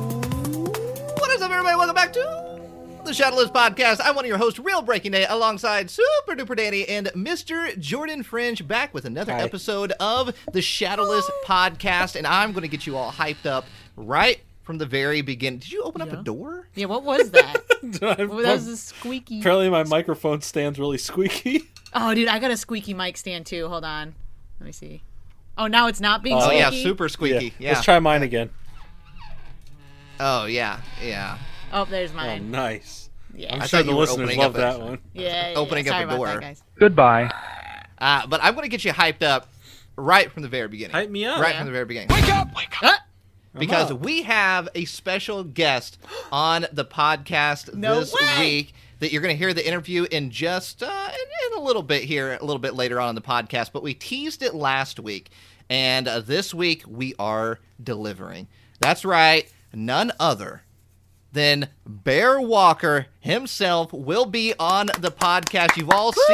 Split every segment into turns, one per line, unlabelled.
What is up, everybody? Welcome back to the Shadowless Podcast. I'm one of your hosts, Real Breaking Day, alongside Super Duper Danny and Mr. Jordan Fringe, back with another
Hi.
episode of the Shadowless Podcast. And I'm going to get you all hyped up right from the very beginning. Did you open up
Yeah.
a door?
Yeah, what was that?
I've-
Well, that was a squeaky.
apparently, my microphone stands really squeaky.
Oh, dude, I got a squeaky mic stand too. Hold on, let me see. Oh, now it's not being.
Oh,
Oh,
squeaky.
yeah, super squeaky. Yeah.
Let's try mine again.
Oh, yeah, yeah.
Oh, there's
Oh,
Um,
mine.
nice.
Yeah,
I'm
I
sure
thought
the
you were
listeners
opening
love
up a-
that one.
yeah, yeah,
opening
yeah.
up
Sorry
a
about
door.
That, guys.
Goodbye.
Uh, but I'm going to get you hyped up right from the very beginning.
Hype me up.
Right
Yeah.
from the very beginning.
Ah!
because
up.
we have a special guest on the podcast
No
this
way!
week that you're going to hear the interview in just uh, in, in a little bit here, a little bit later on in the podcast. But we teased it last week, and uh, this week we are delivering. That's right, none other then Bear Walker himself will be on the podcast. You've all seen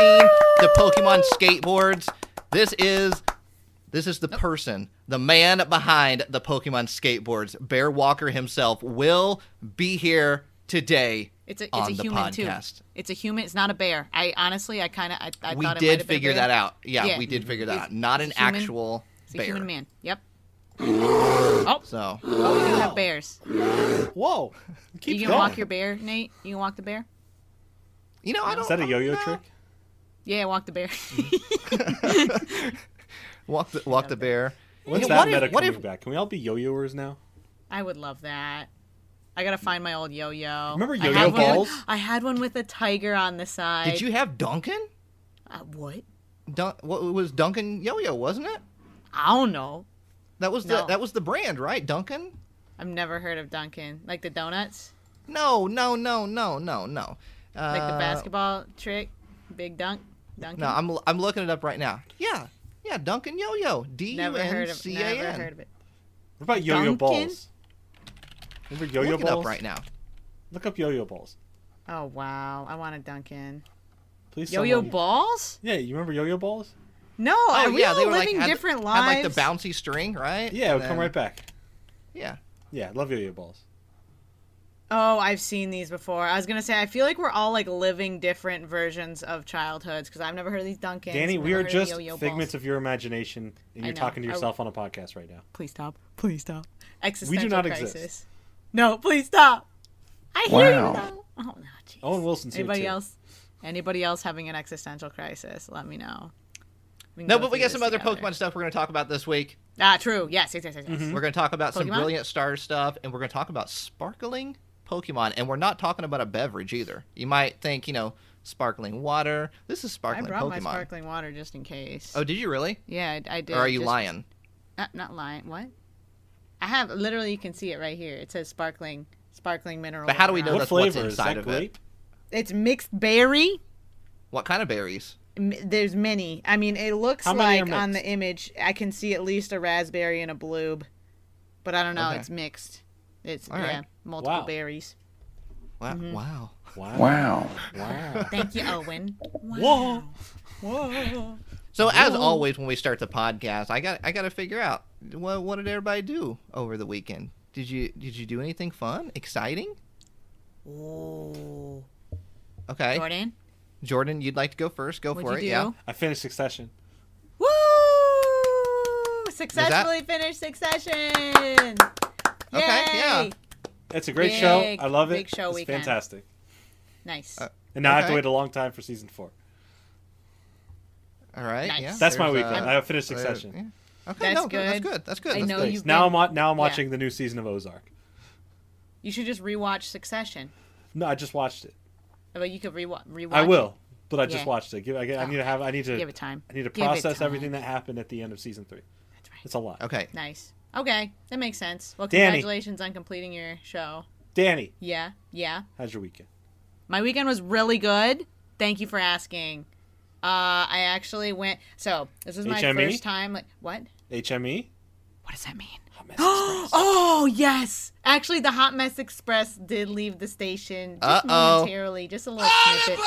the Pokemon skateboards. This is this is the person, the man behind the Pokemon skateboards. Bear Walker himself will be here today.
It's a it's
on
a
the
human
podcast.
too. It's a human. It's not a bear. I honestly, I kind of I, I
we
thought it might
did
have been a
figure
bear.
that out. Yeah,
Yeah.
we did figure that
It's-
out. Not an
it's a human-
actual
It's a
bear.
human man. Yep.
So
Oh, we do have bears.
Whoa. Keep
you can
going.
walk your bear, Nate. You can walk the bear.
you know, I don't.
Is that a
I don't
yo-yo
know.
trick?
Yeah, walk the bear.
Walk the walk the bear.
What's
Yeah,
that
what if-
meta
what
coming
if-
back? Can we all be yo-yoers now?
I would love that. I gotta find my old yo-yo.
Remember
I
yo-yo
had one with-
balls?
I had one with a tiger on the side.
Did you have Duncan?
Uh, what?
Dun- what it was Duncan Yo-Yo, wasn't it?
I don't know.
That was the
No.
that was the brand, right? Duncan?
I've never heard of Duncan. Like the donuts,
No, no, no, no, no, no. Uh,
like the basketball trick, big dunk, Duncan.
No, I'm I'm looking it up right now. Yeah, yeah, Duncan Yo-Yo, D U
never heard
N
of.
C A
Never heard
N.
of it.
What about yo-yo
Dunkin'?
balls? Remember yo-yo
Look it
balls?
up right now.
Look up yo-yo balls.
Oh wow, I want a Duncan.
Please.
Yo-yo
someone-
balls?
Yeah, you remember yo-yo balls?
No,
Oh
are we
yeah,
all
they were like
living
had,
different
had,
lives?
like the bouncy string, right?
Yeah,
And
it'll come
then-
right back.
Yeah.
Yeah, love yo-yo balls.
Oh, I've seen these before. I was gonna say, I feel like we're all like living different versions of childhoods because I've never heard of these Dunkins.
Danny,
never
we are
heard of
just
yo-yo balls.
figments of your imagination, and
I
you're
know.
talking to
I-
yourself on a podcast right now.
Please stop. Please stop. Existential
not
crisis.
exist.
No, please stop. I hear
Wow.
you. Though. Oh no, jeez.
Owen Wilson's here
Anybody
too.
else? Anybody else having an existential crisis? Let me know. can
No,
go
but we
through
got some
this
other
together.
Pokemon Mm-hmm. stuff we're going to talk about this week.
Ah, true. Yes, yes, yes, yes. yes.
We're going to talk about some
Hmm? Pokemon?
brilliant star stuff, and we're going to talk about sparkling Pokemon. And we're not talking about a beverage either. You might think, you know, sparkling water. This is
I
sparkling
brought my
Pokemon.
sparkling water just in case.
oh, did you really?
yeah, I, I did.
Or are you
just-
lying?
Uh, not lying. What? I have literally. You can see it right here. It says sparkling, sparkling mineral.
But how do we
water
know
What
on
that's
it.
what's
flavor is
inside
that?
of it.
Grape?
It's mixed berry.
What kind of berries?
M- There's many. I mean, it looks
How many are
like on the
mixed?
image, I can see at least a raspberry and a bloob, but I don't know.
Okay.
It's mixed. It's
All right.
yeah, multiple
Wow.
berries.
Wow.
Mm-hmm.
wow.
Wow.
Wow.
Wow.
Thank you, Owen.
Whoa.
Whoa.
So as always, when we start the podcast, I got I got to figure out what what did everybody do over the weekend? Did you did you do anything fun, exciting?
Ooh.
Okay, Jordan,
Jordan,
you'd like to go first. Go
what'd
for
you
it.
do?
Yeah.
I finished Succession.
Woo! Successfully finished Succession. Yay!
Okay, yeah.
It's a great
Big-
show. I love it.
big show
it's
weekend.
fantastic.
Nice.
Uh,
And now I have to
Okay.
wait a long time for season four.
All right.
Nice.
Yeah.
That's my
There's, uh,
weekend. I finished
there-
Succession.
yeah. Okay.
That's
no, That's
good.
good. That's good.
I
That's
know
good.
you- You've
now
been-
I'm wa- now I'm
yeah.
watching the new season of Ozark.
you should just rewatch Succession.
No, I just watched it.
But you could rewa rewatch.
I
it.
will, but I just
Yeah. Oh.
watched it. Give, I, I need to have. I need to
Give it time.
I need to
Give it
process
time.
everything that happened at the end of season three.
That's right.
It's a lot.
Okay.
Nice. Okay, that makes sense. Well,
Danny.
congratulations on completing your show.
Danny,
Yeah, yeah.
how's your weekend?
My weekend was really good. Thank you for asking. Uh, I actually went. So this is my
HME?
first time. Like what?
HME.
What does that mean?
Hot mess express.
Oh yes, actually, the Hot Mess Express did leave the station just
Uh-oh.
momentarily, just a little snippet,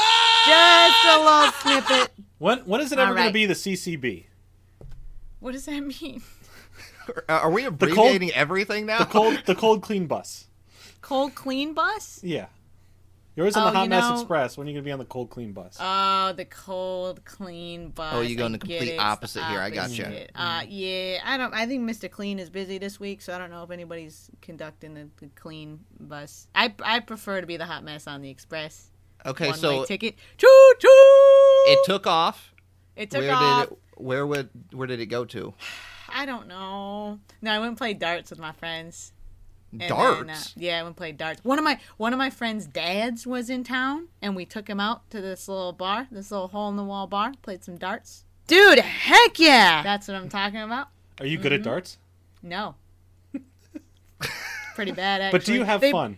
just a little snippet.
When when is it ever
All
going
right.
to be the CCB?
What does that mean?
Are we
cold-
abbreviating everything now?
The cold, the cold clean bus.
Cold clean bus?
Yeah. You're always on the
Oh,
hot
you
mess
know-
express. When are you gonna be on the cold clean bus?
Oh, the cold clean bus.
Oh, you go in
I
the
get
complete
it. It's
opposite here. I gotcha. Mm.
opposite. Uh, yeah, I don't. I think Mr. Clean is busy this week, so I don't know if anybody's conducting the, the clean bus. I I prefer to be the hot mess on the express.
okay,
One
so
way ticket. Choo choo. It,
it took off.
took
where
off.
did it, where would where did it go to?
I don't know. No, I went and played darts with my friends. And then, uh,
Darts.
yeah, I went and played darts. One of my one of my friends' dads was in town, and we took him out to this little bar, this little hole in the wall bar, played some darts. Dude, heck yeah! That's what I'm talking about.
Are you good at
Mm-hmm.
darts?
No. Pretty bad, actually.
But do you have
They-
fun?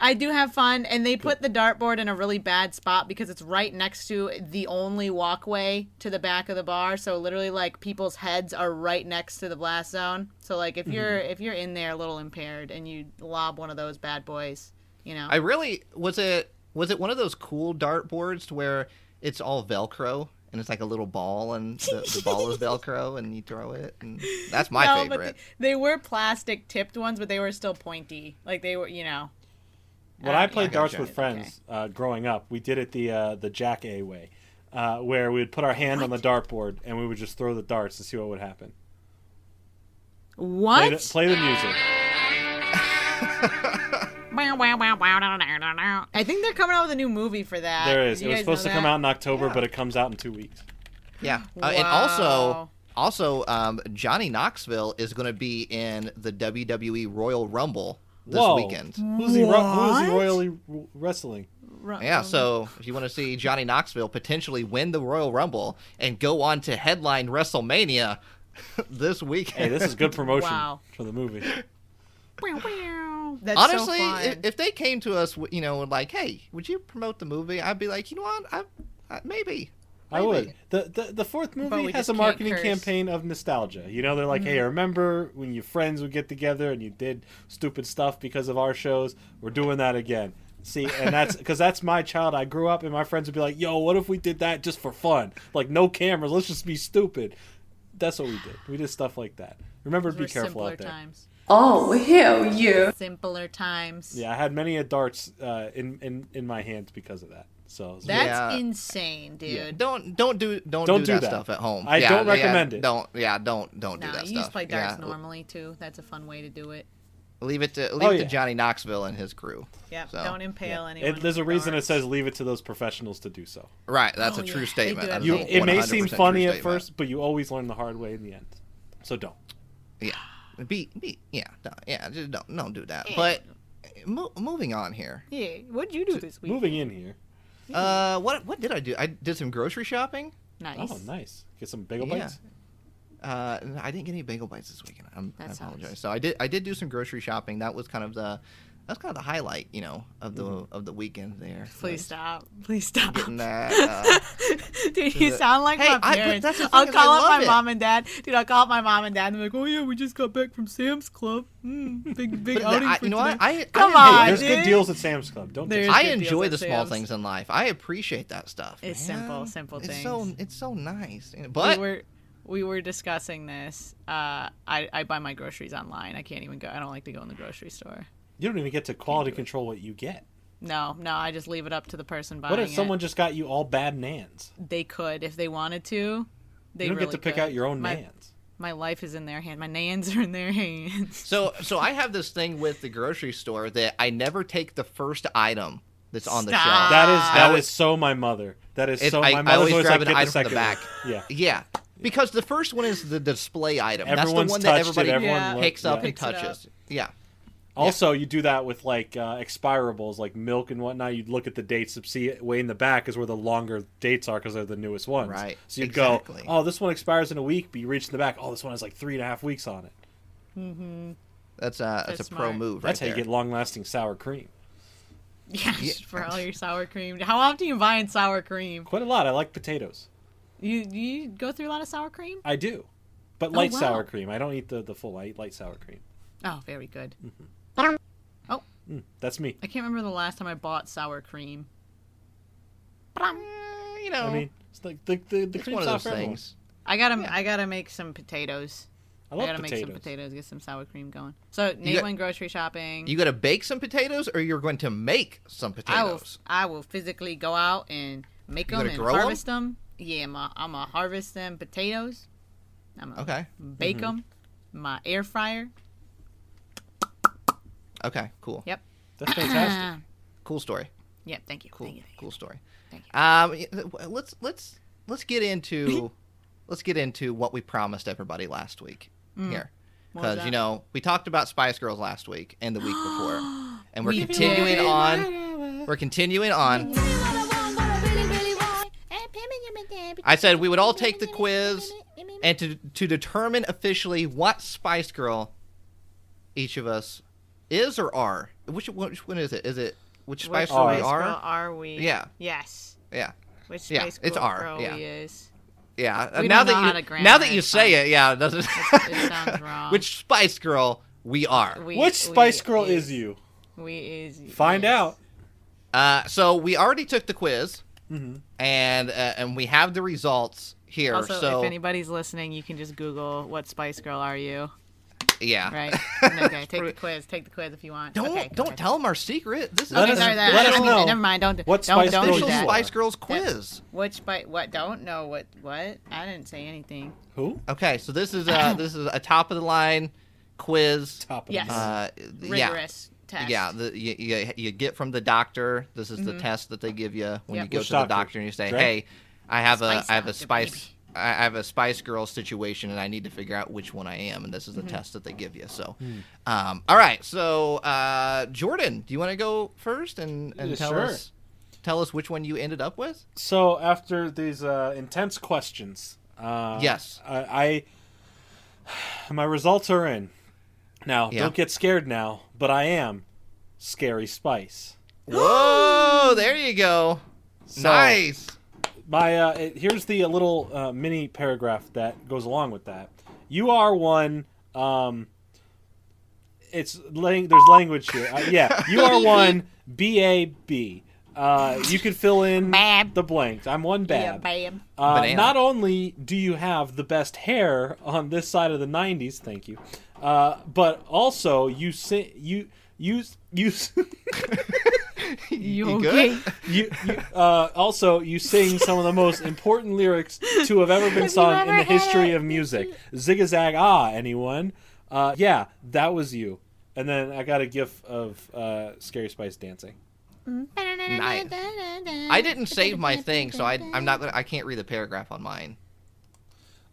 I do have fun, and they put the dartboard in a really bad spot because it's right next to the only walkway to the back of the bar. So literally, like people's heads are right next to the blast zone. So like if you're
Mm-hmm.
if you're in there a little impaired and you lob one of those bad boys, you know.
I really was it was it one of those cool dart boards to where it's all Velcro and it's like a little ball and the, the ball is Velcro and you throw it and that's my
no, but
favorite.
they, they were plastic tipped ones, but they were still pointy. Like they were, you know.
When
Uh,
I played
I
darts
gotcha.
with friends uh, growing up, we did it the uh, the Jack A way, uh, where we would put our hand on the dartboard and we would just throw the darts to see what would happen. Play
What?
the, play the music.
I think they're coming out with a new movie for that.
There is.
Ah,
It
You
was
guys know
supposed to come
that?
out in October,
Yeah.
but it comes out in two weeks.
yeah, Uh, and also
Wow.
also um, Johnny Knoxville is going to be in the WWE Royal Rumble this
Whoa.
weekend.
Who's he, ro- who is he
What?
royally r- wrestling?
Ru-
Um,
Yeah, so if you want to see Johnny Knoxville potentially win the Royal Rumble and go on to headline WrestleMania this
Hey,
weekend.
this is good promotion
Wow.
for the movie.
That's
Honestly,
so
i-
fun.
if they came to us, w- you know, and like, hey, would you promote the movie? I'd be like, you know what? I, I, maybe.
I
Maybe.
would. The, the the fourth movie
we
has
just
a
can't
marketing
curse. Mm-hmm.
campaign of nostalgia. You know, they're like, "Hey, remember when your friends would get together and you did stupid stuff because of our shows? We're doing that again." See, and that's because that's my child. I grew up, and my friends would be like, "Yo, what if we did that just for fun? Like no cameras. Let's just be stupid." That's what we did. We did stuff like that. Remember, to
Those
be
were
careful
simpler
out there.
times.
Oh, hell yeah.
Simpler times.
Yeah, I had many a darts uh, in in in my hands because of that. So it was
That's
Yeah.
insane, dude.
Don't don't do don't,
Don't
do,
do
that,
that.
stuff at home.
I don't recommend it.
Don't yeah don't don't do
Nah,
that
you
stuff.
just play darts
Yeah,
normally too. That's a fun way to do it.
Leave it to leave
Oh,
it to
yeah.
Johnny Knoxville and his crew.
Yep.
So,
don't impale
It-
anyone.
there's a
with
reason it
darts.
says leave it to those professionals to do so.
Right, that's
Oh,
a
yeah,
true
they do
statement.
have
That is
You,
a
it may
100%
seem
true
funny at
statement.
first, but you always learn the hard way in the end. So don't.
Yeah, be be yeah no, yeah just don't don't do that. But mo- moving on here.
Yeah. What'd you do this week?
Moving in here.
Hmm.
Uh, what what did I do? I did some grocery shopping.
Nice.
Oh, nice. Get some bagel
Yeah.
bites.
Uh, no, I didn't get any bagel bites this weekend. I'm, I
That sucks.
apologize. So I did. I did do some grocery shopping. That was kind of the. That's kind of the highlight, you know, of the
Mm-hmm.
of the weekend there.
Please
Was
stop. Please stop.
Getting that. Uh,
Dude, you
the-
sound like
Hey, I-
my
but
parents.
that's the thing
I'll
is I
call up
love
my
it.
mom and dad. Dude, I'll call up my mom and dad. And they're like, "Oh yeah, we just got back from Sam's Club. Mm, big big
but
outing
I,
for
you know what?
today."
I, I
Come
enjoy-
Hey,
on,
there's
dude.
good deals at Sam's Club. Don't
There's-
there's,
I
good deals
enjoy
at
the small
Sam's.
things in life. I appreciate that stuff.
It's
man.
simple, simple
it's
things.
So it's so nice, but
we were we were discussing this. Uh, I I buy my groceries online. I can't even go. I don't like to go in the grocery store.
You don't even get to quality control what you get.
No, no, I just leave it up to the person buying
What if
it.
someone just got you all bad nans?
They could if they wanted to. They
you don't
really
get to pick
could.
out your own
my,
nans.
My life is in their hand. My nans are in their hands.
so so I have this thing with the grocery store that I never take the first item that's on the shelf.
Stop.
That is that
always-
is so my mother. That is
It-
so
I-
my
I
mother's
always
like
grab an
get
item
the
from the
second
back.
one. Yeah.
Yeah, because the first one is the display item.
Everyone's
That's the one that
touched
everybody
it. Everyone
Yeah.
looked,
picks up
yeah.
and
Picks it up.
touches. Yeah.
Also, you do that with like uh, expirables, like milk and whatnot. You'd look at the dates to see it way in the back is where the longer dates are because they're the newest ones.
Right,
So you'd
exactly.
go, oh, this one expires in a week, but you reach in the back, oh, this one has like three and a half weeks on it.
That's a that's,
That's
a pro
smart.
move right
That's
there.
how you get long lasting sour cream.
Yes, for all your sour cream. How often are you buying sour cream?
Quite a lot. I like potatoes.
You you go through a lot of sour cream?
I do.
Oh,
But light
wow.
sour cream. I don't eat the, the full. I eat light sour cream.
Oh, very good.
Mm-hmm.
Oh,
That's me.
I can't remember the last time I bought sour cream.
Eh, you know,
I mean, it's like the, the, the
it's
cream's
one of
not
those
for everyone.
things.
I gotta I gotta make some potatoes.
I
I
love
gotta
potatoes.
make some potatoes, get some sour cream going. So Nate
got-
went grocery shopping.
You gonna bake some potatoes, or you're going to make some
I will.
potatoes?
I will physically go out and make
You
them
gonna
and
grow 'em?
harvest them. Yeah, I'm gonna I'm gonna harvest them potatoes. I'm gonna
Okay. Mm-hmm.
bake them. My air fryer.
Okay. Cool.
Yep.
That's fantastic.
Cool story.
Yep. Thank you.
Cool.
Thank you. Thank you.
Cool story.
Thank you.
Um, y- th- let's let's let's get into let's get into what we promised everybody last week here,
Mm. What was
because you
that?
know we talked about Spice Girls last week and the week before, and we're
We
continuing
did.
on. We're continuing on. I
I
said we would all take the quiz and to to determine officially what Spice Girl each of us is or are. Which one- which one is it? Is it which Spice
Which
Girl we
Spice
are?
Girl are we?
Yeah.
Yes.
Yeah.
Which
Yeah,
Spice
it's
Girl
R,
Girl
yeah.
we is?
Yeah.
We
now
don't know
that
how
you
to grammar,
now that you
it's
say
fine.
it, yeah, it doesn't.
it sounds wrong.
Which Spice Girl we are?
We,
Which
we
Spice Girl is you?
We is.
Find
Oh, yes.
out.
Uh, so we already took the quiz,
Mm-hmm.
and uh, and we have the results here.
Also,
so
if anybody's listening, you can just Google "What Spice Girl are you?"
yeah,
Right? okay. Take the quiz. Take the quiz if you want.
Don't
Okay, go
don't
ahead.
tell them our secret. This
Let
Okay,
is
us-
sorry, that-
let
I
us
mean,
know
Never mind. Don't.
what
don't,
Spice
don't
Girl
do
official
you
that.
are.
Spice Girls quiz.
Which spice? What? Don't know what? What? I didn't say anything.
Who?
Okay, so this is uh this is a top of the line quiz.
Top of
Yes.
the mountain.
Uh,
Rigorous test. Mm-hmm.
Yeah, the, you, you, you get from the doctor. This is the test that they give you when
Yep.
you go
Which
to the
doctor?
doctor and you say,
Dre?
"Hey, I have a
Spice
I have a
doctor,
spice
baby.
I I have a Spice Girl situation, and I need to figure out which one I am." And this is the
Mm-hmm.
test that they give you. So,
Hmm.
um, all right. So, uh, Jordan, do you want to go first and, and
Yeah,
tell
sure.
us tell us which one you ended up with?
So after these uh, intense questions, uh,
Yes.
I, I my results are in. Now,
Yeah.
don't get scared now, but I am scary spice.
Whoa! There you go.
So-
Nice.
my uh, it, here's the uh, little uh, mini paragraph that goes along with that. You are one. Um, it's lang- there's language here. Uh, yeah, you are one. B A B. Uh, you can fill in
Bab.
the blanks. I'm one
Yeah,
bab.
bam.
Uh,
Banana.
not only do you have the best hair on this side of the '90s, thank you, uh, but also you si- you you you
You,
good?
okay?
you, you uh, also you sing some of the most important lyrics to have ever been sung in
ever
the
had
history
a-
of music. Zig-a-zag ah, anyone? Uh, yeah, that was you. And then I got a gif of uh, Scary Spice dancing.
Nice. I didn't save my thing, so I I'm not gonna I can't read the paragraph on mine.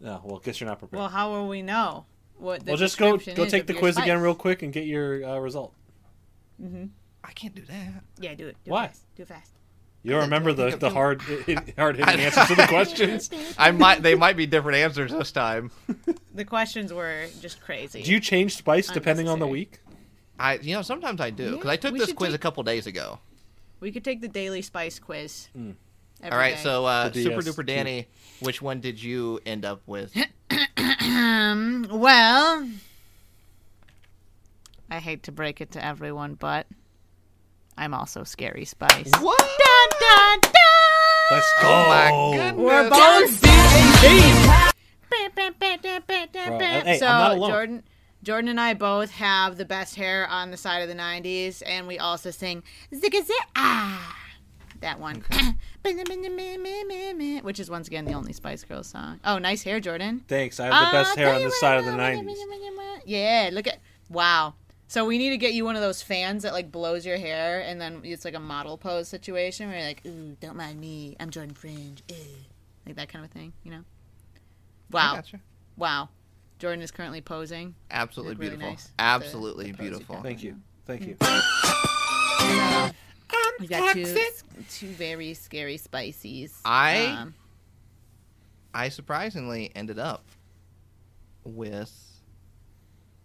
Oh, well, guess you're not prepared.
Well,
Well,
how will we know? What? The
just go
description
go
is of
take the
your
quiz again
spice?
real quick and get your uh, result.
I can't do that.
Yeah, do it. Do
Why?
It fast. Do it fast.
You don't remember
think
the,
I'm
the
too-
hard hard hitting answers to the questions.
I might they might be different answers this time.
The questions were just crazy.
Do you change spice depending on the
Unnecessary.
week?
I you know sometimes I do because I
Yeah,
took
we
this
should
quiz a
take-
couple days ago.
We could take the daily spice quiz.
Mm.
every
All right,
day.
so uh,
The
Super
DS.
Duper Danny, which one did you end up with?
Um, well, I hate to break it to everyone, but I'm also Scary Spice.
what?
Dun, dun, dun!
Let's go.
Oh My
Oh.
goodness.
We're both BAB.
Bro, hey,
so
I'm not alone.
Jordan, Jordan and I both have the best hair on the side of the '90s, and we also sing "Zigga Zig Ah." That one, which is once again the only Spice Girls song. Oh, nice hair, Jordan.
Thanks. I have the
Ah,
best hair on this side of the 90s.
Yeah, look at wow. So we need to get you one of those fans that like blows your hair, and then it's like a model pose situation where you're like, "Ooh, don't mind me, I'm Jordan Fringe," Ooh. like that kind of thing, you know? Wow,
Gotcha.
wow. Jordan is currently posing.
Absolutely
Look really
beautiful.
nice.
Absolutely
The- the pose you
beautiful.
got.
Thank you. Thank you.
We got two, two very scary spices. Um,
I- I surprisingly ended up with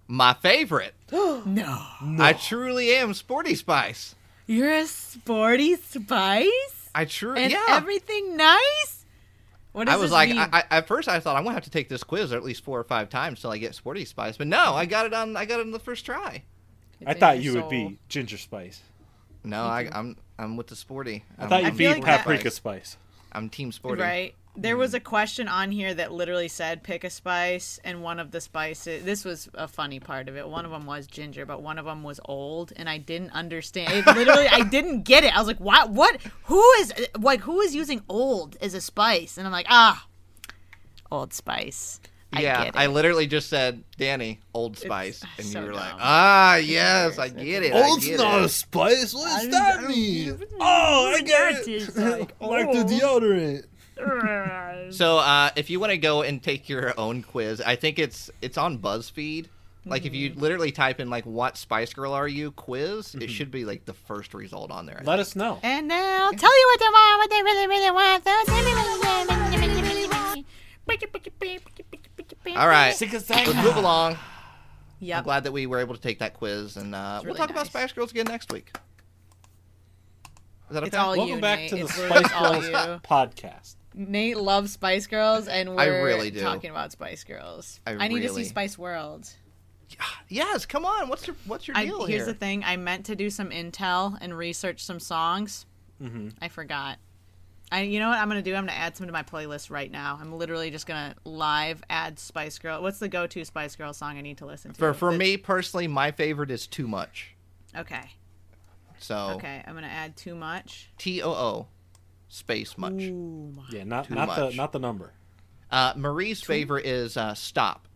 my favorite.
no.
I truly am Sporty Spice.
You're a sporty spice
I truly
and
yeah.
everything nice. What does
I was
this
like,
mean?
I, I, at first I thought I'm gonna have to take this quiz at least four or five times till I get Sporty Spice, but no, I got it on. I got it on the first try.
It's
I
in
thought
your
you would
soul.
be ginger spice.
No, I, I'm I'm with the Sporty.
I thought
am
you'd be
I feel like that-
paprika spice.
I'm Team Sporty.
Right. There was a question on here that literally said pick a spice, and one of the spices. This was a funny part of it. One of them was ginger, but one of them was old, and I didn't understand. It literally, I didn't get it. I was like, "What? What? Who is like who is using old as a spice?" And I'm like, "Ah, Old Spice." I
yeah,
get it.
I literally just said, Danny, Old Spice. and
so
you were like,
dumb.
ah, yes, I
It's
get it. I
Oh, it's
get
not
it."
a spice. What does that mean? Oh, I get it. like, the deodorant.
So uh, if you want to go and take your own quiz, I think it's it's on BuzzFeed. Like if
Mm-hmm.
you literally type in like what Spice Girl are you quiz, it should be like the first result on there.
Let us know.
And now, tell you what they want, what they really, really want. They'll tell me what they really, really want.
All right, let's move
Zigazanga.
along. I'm
Yep.
glad that we were able to take that quiz, and uh, we'll
really
talk about
nice.
Spice Girls again next week. Is that okay?
It's all
Welcome
you,
back
Nate.
to the
It's
Spice
all
Girls
you.
podcast.
Nate loves Spice Girls, and
I
we're
really do.
talking about Spice Girls.
I
I, need to
really-
see Spice World.
Yes, come on. What's your what's your
I,
deal
here's
here?
the thing: I meant to do some intel and research some songs.
Mm-hmm.
I forgot. I, you know what I'm gonna do? I'm gonna add some to my playlist right now. I'm literally just gonna live add Spice Girl. What's the go-to Spice Girl song I need to listen to?
for for
That's-
me personally, my favorite is Too Much.
Okay.
So
Okay. I'm gonna add too much.
T O O space much.
Ooh my.
Yeah, not
Too
not the
much.
not the number.
Uh, Marie's favorite is uh, Stop.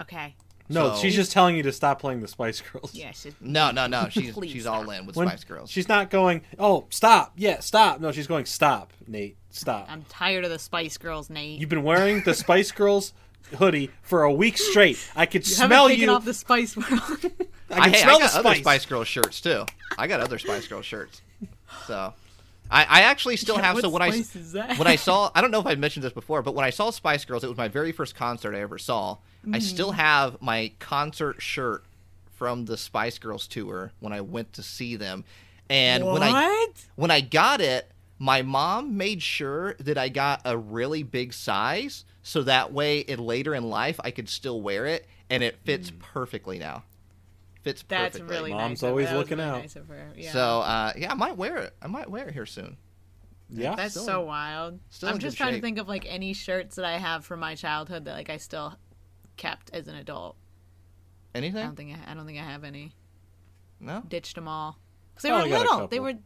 Okay.
No,
So-
she's just telling you to stop playing the Spice Girls.
Yeah. She's,
No, no, no. She's
Please
she's
stop.
all in with
When-
Spice Girls.
She's not going. Oh, stop! Yeah, stop! No, she's going. Stop, Nate. Stop.
I'm tired of the Spice Girls, Nate.
You've been wearing the Spice Girls hoodie for a week straight. I could
haven't
smell
taken
you.
off the Spice World.
I,
I can
hey,
smell
I got
the
other
spice.
Spice Girl shirts too. I got other Spice Girl shirts. So, I, I actually still
Yeah,
have. So when
what
I
spice is that?
when I saw, I don't know if I mentioned this before, but when I saw Spice Girls, it was my very first concert I ever saw. I
Mm-hmm.
still have my concert shirt from the Spice Girls tour when I went to see them, and when I
What?
when I got it, my mom made sure that I got a really big size so that way it later in life I could still wear it and it fits
Mm.
perfectly now. Fits
That's
perfectly.
really
Mom's
nice. of
always
her. That was
looking
really
out.
Nice of her. Yeah.
So uh, yeah, I might wear it. I might wear it here soon.
yeah.
That's
Still
so
in-
wild.
still
I'm
in
just
good
trying
shape.
to think of like any shirts that I have from my childhood that like I still kept as an adult. I don't
Anything?
think I, I don't think I have any.
No.
Ditched them all because they
Oh,
were
I got a
little. They
couple.
were.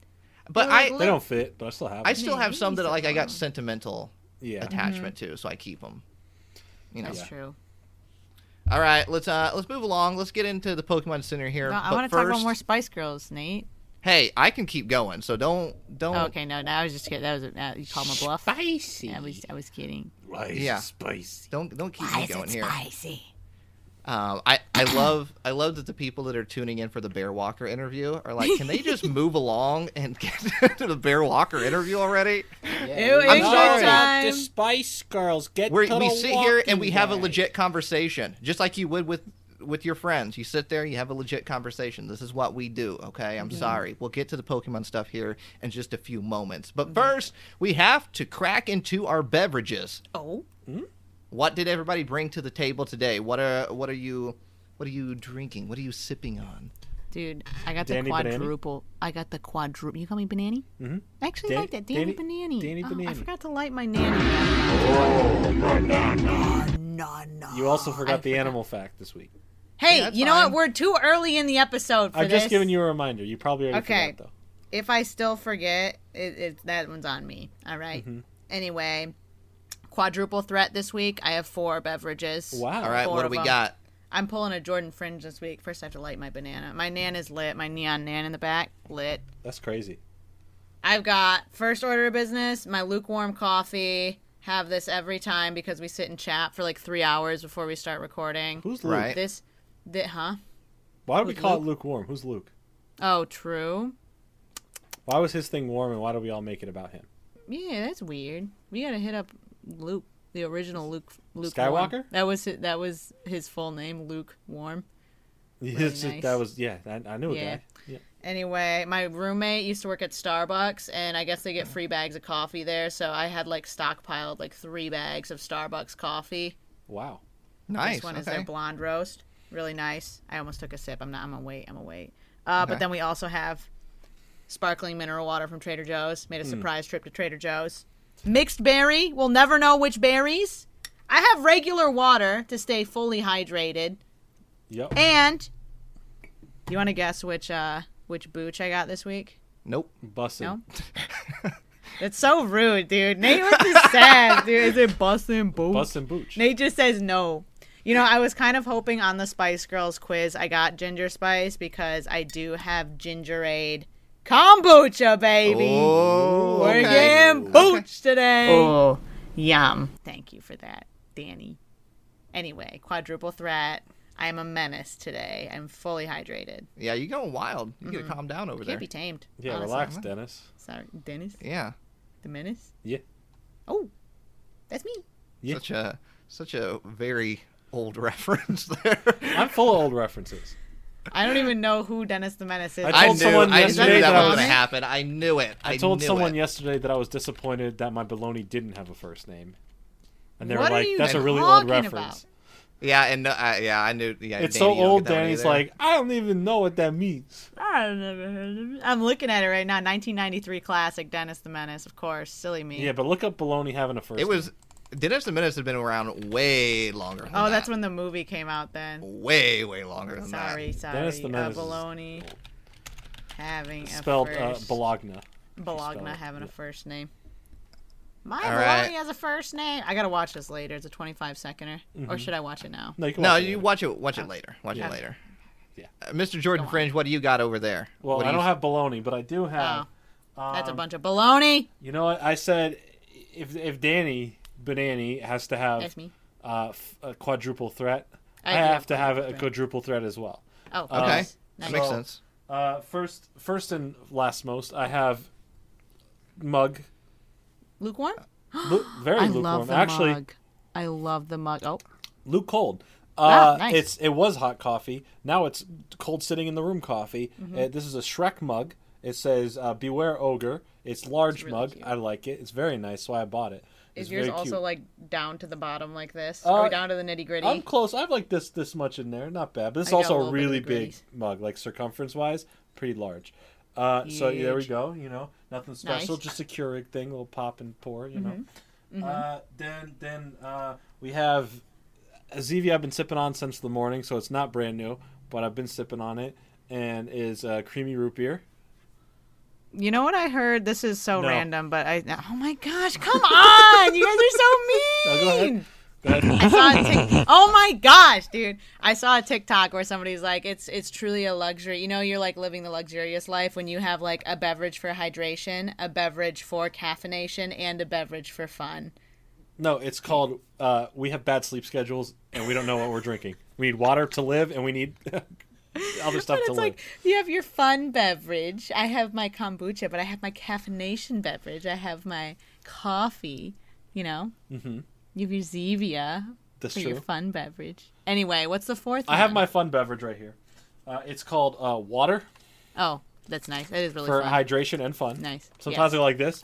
But
like,
I
little-
they don't fit, but I still have.
I
Them.
still have some that like I got sentimental
Yeah.
attachment
Mm-hmm.
to, so I keep them. You know.
That's true.
All right, let's uh let's move along. Let's get into the Pokemon Center here.
No, I
but
want to talk about
first-
more Spice Girls, Nate.
Hey, I can keep going, so don't don't.
Oh, okay, no, no, I was just kidding. That was uh, you call my bluff.
Spicy.
I was I was kidding.
Why is
Yeah.
it spicy?
Don't don't keep me going here.
spicy?
Um, I, I love I love that the people that are tuning in for the Bear Walker interview are like, can they just move along and get to the Bear Walker interview already?
Ew,
I'm sorry.
time.
Spice Girls get
We're, we sit here and we have a legit conversation, just like you would with with your friends. You sit there, you have a legit conversation. This is what we do. Okay, I'm sorry. We'll get to the Pokemon stuff here in just a few moments, but first we have to crack into our beverages.
Oh,
What did everybody bring to the table today? What are what are you what are you drinking? What are you sipping on?
dude, I got
Danny
the
Banani?
quadruple. I got the quadruple. You call me Banani? Mm-hmm. I actually
Dan-
like that. Danny,
Danny-
Banani.
Danny
Oh, I
Banani.
forgot to light my nanny.
You also forgot the
Oh, forgot.
animal fact this week.
Hey,
that's
you know
fine.
what? We're too early in the episode for
I've
this.
just given you a reminder. You probably already
Okay.
forgot though.
If I still forget, it, it, that one's on me. All right? Anyway, quadruple threat this week. I have four beverages.
Wow.
All right,
Four
what do
of
we
them.
got?
I'm pulling a Jordan Fringe this week. First, I have to light my banana. My nan is lit. My neon nan in the back, lit.
That's crazy.
I've got first order of business, my lukewarm coffee. Have this every time because we sit and chat for like three hours before we start recording.
Who's Luke?
Right.
This, thi- huh?
Why do we
Who's
call
Luke?
it lukewarm? Who's Luke?
Oh, true.
Why was his thing warm and why do we all make it about him?
Yeah, that's weird. We gotta hit up Luke, the original Luke. Luke
Skywalker?
Warm. That was his, that was his full name, Luke Warm.
It's just-
nice.
that was yeah. I, I knew a
Yeah.
guy. Yeah.
Anyway, my roommate used to work at Starbucks, and I guess they get free bags of coffee there. So I had like stockpiled like three bags of Starbucks coffee.
Wow.
Nice.
This one is
okay.
their blonde roast, really nice. I almost took a sip. I'm not. I'm gonna wait. I'm gonna wait. Uh, But then we also have sparkling mineral water from Trader Joe's. Made a surprise trip to Trader Joe's. Mixed berry. We'll never know which berries. I have regular water to stay fully hydrated.
Yep.
And you want to guess which uh which booch I got this week?
Nope.
Bussin.
No. It's so rude, dude. Nate was just sad, dude. Is it bustin' booch?
Bussin Booch.
Nate just says no. You know, I was kind of hoping on the Spice Girls quiz I got ginger spice because I do have gingerade kombucha, baby.
Oh,
We're
okay.
getting booch today. Oh, yum. Thank you for that, Danny. Anyway, quadruple threat. I am a menace today. I'm fully hydrated.
Yeah, you're going wild. You gotta calm down over there.
Mm-hmm. Can't be tamed.
yeah,
honestly.
relax, Dennis.
Sorry, Dennis,
yeah,
the menace.
Yeah.
Oh, that's me.
Yeah.
such a such a very old reference there.
I'm full of old references.
I don't even know who Dennis the Menace is.
I
I
told
knew,
someone
I knew
yesterday
that
that I
was
was-
gonna happen. I knew it. I,
I told
knew
someone
it.
yesterday that I was disappointed that my baloney didn't have a first name. And they
What
were
are
like,
you
that's a really old
talking
reference.
about?
Yeah, and uh, I- yeah, I knew. Yeah,
It's
Danny,
so
you don't
old,
get that one
Danny's
either.
like, I don't even know what that means.
I've never heard of it. I'm looking at it right now. 1993 classic, Dennis the Menace, of course. Silly me.
Yeah, but look up baloney having a first
it was.
name.
Dennis the Menace had been around way longer. Than
Oh,
that.
that's when the movie came out then.
way way longer than
Sorry,
that.
sorry.
Dennis the Menace
uh,
is
Bologna having
spelled
a
uh,
first.
Bologna.
Bologna
spelled,
having a
yeah.
first name. My
All
Bologna
right.
has a first name. I gotta watch this later. It's a 25 seconder.
Mm-hmm.
Or should I watch it now?
No, you, can
No,
watch it
you
later.
watch it. Watch it later. Watch
Yeah.
it later.
Yeah.
Uh, Mr. Jordan
Oh. Go on.
Fringe, what do you got over there?
Well,
What do
I
you-
don't have baloney, but I do have.
Oh. That's a
um,
bunch of baloney.
You know what? I said if if Danny Banani has to have
That's me.
Uh, f- a quadruple threat,
I
I,
do have
have to have a
quadruple
quadruple threat as well.
Oh,
Okay,
nice.
that
Nice.
makes
So-
sense.
Uh, first, first and last most, I have mug.
Lukewarm?
Lu- very
I
lukewarm.
love the
Actually,
mug. I love the mug. Oh,
Luke cold. Uh,
Ah, nice.
It's it was hot coffee. Now it's cold sitting in the room coffee.
Mm-hmm.
Uh, this is a Shrek mug. It says uh, "Beware ogre." It's large
really
mug.
cute.
I like it. It's very nice, so I bought it.
Is
It's
yours
very
also
cute.
like down to the bottom like this? Are we
Uh,
down to the nitty gritty?
I'm close. I have like this this much in there, not bad. But it's
I got a
also a
little bit of
really
the
big
goodies.
mug, like circumference wise, pretty large. Uh, so there we
Huge.
go. You know, nothing special,
Nice.
just a Keurig thing, little pop and pour. You know.
Mm-hmm.
Uh, then then uh, we have a Zevia I've been sipping on since the morning, so it's not brand new, but I've been sipping on it, and is uh, creamy root beer.
You know what I heard? This is so
No.
random, but I oh my gosh, come on! You guys are
No,
so
go ahead.
mean.
Go ahead.
I saw a tic- oh my gosh, dude! I saw a TikTok where somebody's like, "It's it's truly a luxury." You know, you're like living the luxurious life when you have like a beverage for hydration, a beverage for caffeination, and a beverage for fun.
no, it's called. Uh, we have bad sleep schedules, and we don't know what we're drinking. We need water to live, and we need other stuff to
But it's
live.
like you have your fun beverage. I have my kombucha, but I have my caffeination beverage. I have my coffee. You know, mm-hmm. you have your Zevia
That's
for your
true.
fun beverage. Anyway, what's the fourth?
I have
one?
my fun beverage right here. Uh, it's called uh, water
Oh, that's nice. That is really
for
fun.
hydration and fun.
Nice.
Sometimes
Yes.
I go like this,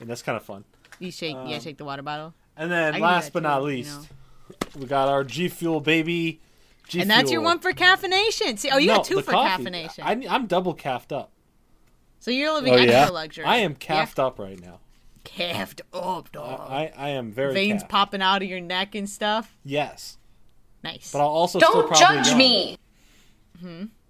and that's kind of fun.
you shake,
um,
yeah, shake the water bottle,
And
I can
then
do
last
that
but
too,
not
you
least,
know.
we got our G Fuel baby. G
and that's your
Fuel.
one for caffeination. See, oh, you
no,
got two
the
for
coffee.
caffeination.
I, I'm double caffed up.
so you're living extra luxury.
I am
Oh, Yeah.
caffed up right now.
Caffed up, dog.
I, I am very
Veins
caffed.
popping out of your neck and stuff.
Yes,
Nice.
but I'll also still
Don't
probably
judge
yawn.
me.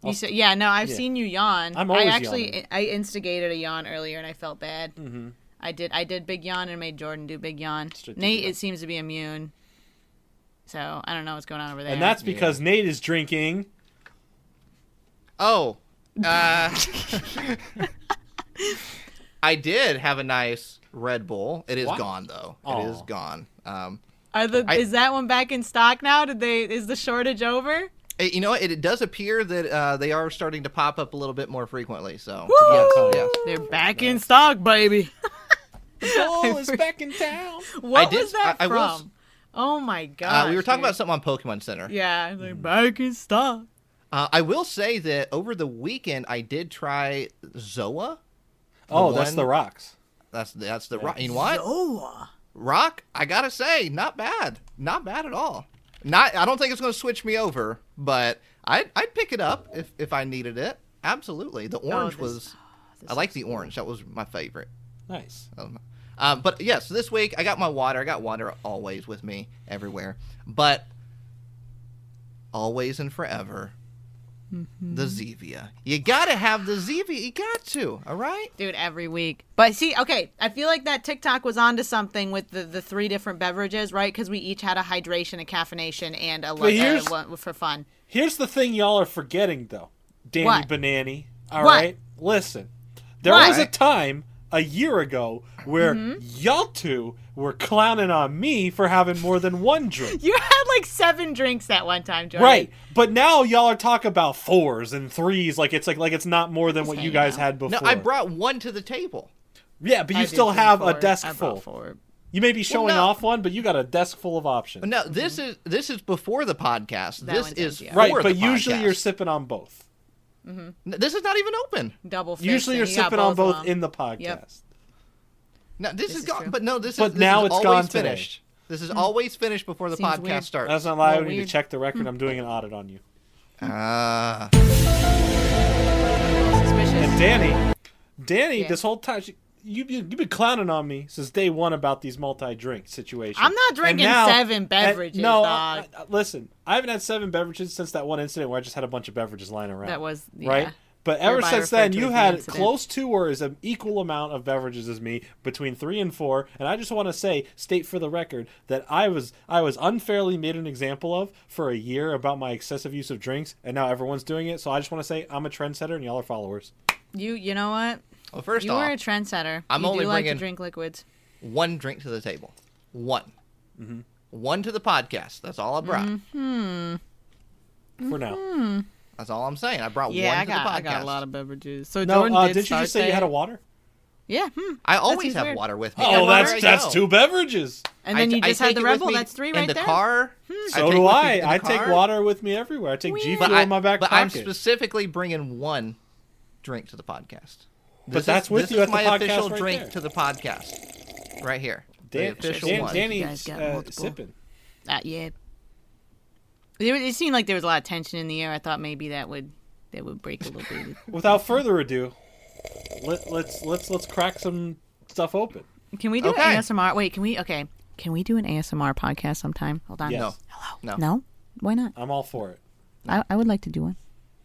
You said, yeah, no, I've seen you yawn.
I'm
I
always
actually
yawning.
I instigated a yawn earlier and I felt bad. Mm-hmm. I did I did big yawn and made Jordan do big yawn.
Strategic
Nate
yawn.
it seems to be immune. So, I don't know what's going on over there.
And that's because Nate is drinking.
Oh, uh, I did have a nice Red Bull. It is
What?
gone though. It is
Aw.
gone. Um,
Are the
I-
is that one back in stock now? Did they is the shortage over?
it- you know, what? it, it does appear that uh, they are starting to pop up a little bit more frequently. So Uh,
About time.
yes.
They're back in stock, baby.
Oh,
Bull is back in town.
What
I did-
was that
I- I
from?
will s-
Oh my god.
Uh, we were talking about something on Pokemon Center.
Yeah, they're back in stock.
Uh, I will say that over the weekend I did try Zoa.
Oh, that's
one-
the rocks.
That's that's the rock. You know what?
Oh.
Rock, I gotta say, not bad. Not bad at all. Not I don't think it's gonna switch me over, but I I'd pick it up if, if I needed it. Absolutely. The orange
this-
was I like the orange. That was my favorite.
Nice.
Um, Uh, but yes, this week I got my water. I got water always with me everywhere. But always and forever, the Zevia. You gotta have the Zevia. You got to. All right.
Dude, every week. But see, okay, I feel like that TikTok was onto something with the, the three different beverages, right? Because we each had a hydration, a caffeination, and a lo-
here's-
uh, lo- for fun.
Here's the thing y'all are forgetting, though. Danny
What?
Banani. All right,
What?
Listen, there
What? Mm-hmm.
was a time a year ago where y'all two were clowning on me for having more than one drink.
You had like seven drinks that one time, Jordan.
Right, but now y'all are talking about fours and threes, like it's like like it's not more than what you
hanging
guys
out.
had before.
No, I brought one to the table.
yeah, but
I
you
did
still
bring
have a
forward-
desk
I brought
full.
forward.
You may be showing
no.
off one, but you got a desk full of options.
No, this is this is before the podcast.
Mm-hmm. That
this
one's
is
empty.
for
right,
the
but usually
podcast.
you're sipping on both.
N- This is not even open.
Double fist.
Usually you're
and you got
sipping on
both
both
of 'em.
in the podcast.
No, this, is
is
gone.
true. Hmm.
But no, this
But
is this
now
is
it's
always
gone today.
finished. This is always finished before the
Seems
podcast
weird.
starts.
That's not lie.
Well,
we need
weird.
to check the record. I'm doing an audit on you.
Ah.
Suspicious.
And Danny, Danny,
Yeah.
this whole time she, you you- you've been clowning on me since day one about these multi-drink situations.
I'm not
And
drinking
now-
seven
and-
beverages,
no,
dog.
I- I- listen, I haven't had seven beverages since that one incident where I just had a bunch of beverages lying around.
That was-
right.
yeah.
But ever
Whereby
since
referred
then,
to
you
as the
had
incident.
close to or is an equal amount of beverages as me, between three and four. And I just want to say, state for the record, that I was I was unfairly made an example of for a year about my excessive use of drinks, and now everyone's doing it. So I just want to say, I'm a trendsetter, and y'all are followers.
You, you know what?
Well, first
you
off,
were a trendsetter.
I'm
you
only
do like
bringing-
to drink liquids.
one drink to the table. One.
Mm-hmm.
One to the podcast. That's all I brought.
Mm-hmm.
For now.
That's all I'm saying. I brought
Yeah,
one
I
to
got,
the podcast.
I got a lot of beverages. So
No,
Jordan
uh,
did,
did you
start
just say you
that.
had a water?
Yeah. Hmm.
I always
seems
have
weird.
water with me.
Oh,
I
that's
take-
that's
no.
two beverages.
And then
I-
you
I
just
take
had the
it with
Rebel.
me
That's three
in
right
the
there.
Car.
Hmm. So
take
do
with me
I.
in the
I take
car.
water with me everywhere. I take G
But,
fuel
I,
in my back
but I'm
pocket.
specifically bringing one drink to the podcast.
but
This
that's
is,
with
this
you
is
at the
my
podcast
official
right
drink
there.
to the podcast, right here.
Dan-
the official
Dan-
one.
You
Danny's
guys got
uh,
multiple.
sipping.
Uh, yeah. There, it seemed like there was a lot of tension in the air. I thought maybe that would that would break a little bit.
Without further ado, let, let's let's let's crack some stuff open.
Can we do
Okay.
an ASMR? Wait, can we? Okay, can we do an ASMR podcast sometime? Hold on.
Yes.
No,
No? Why not?
I'm all for it.
I, I would like to do one.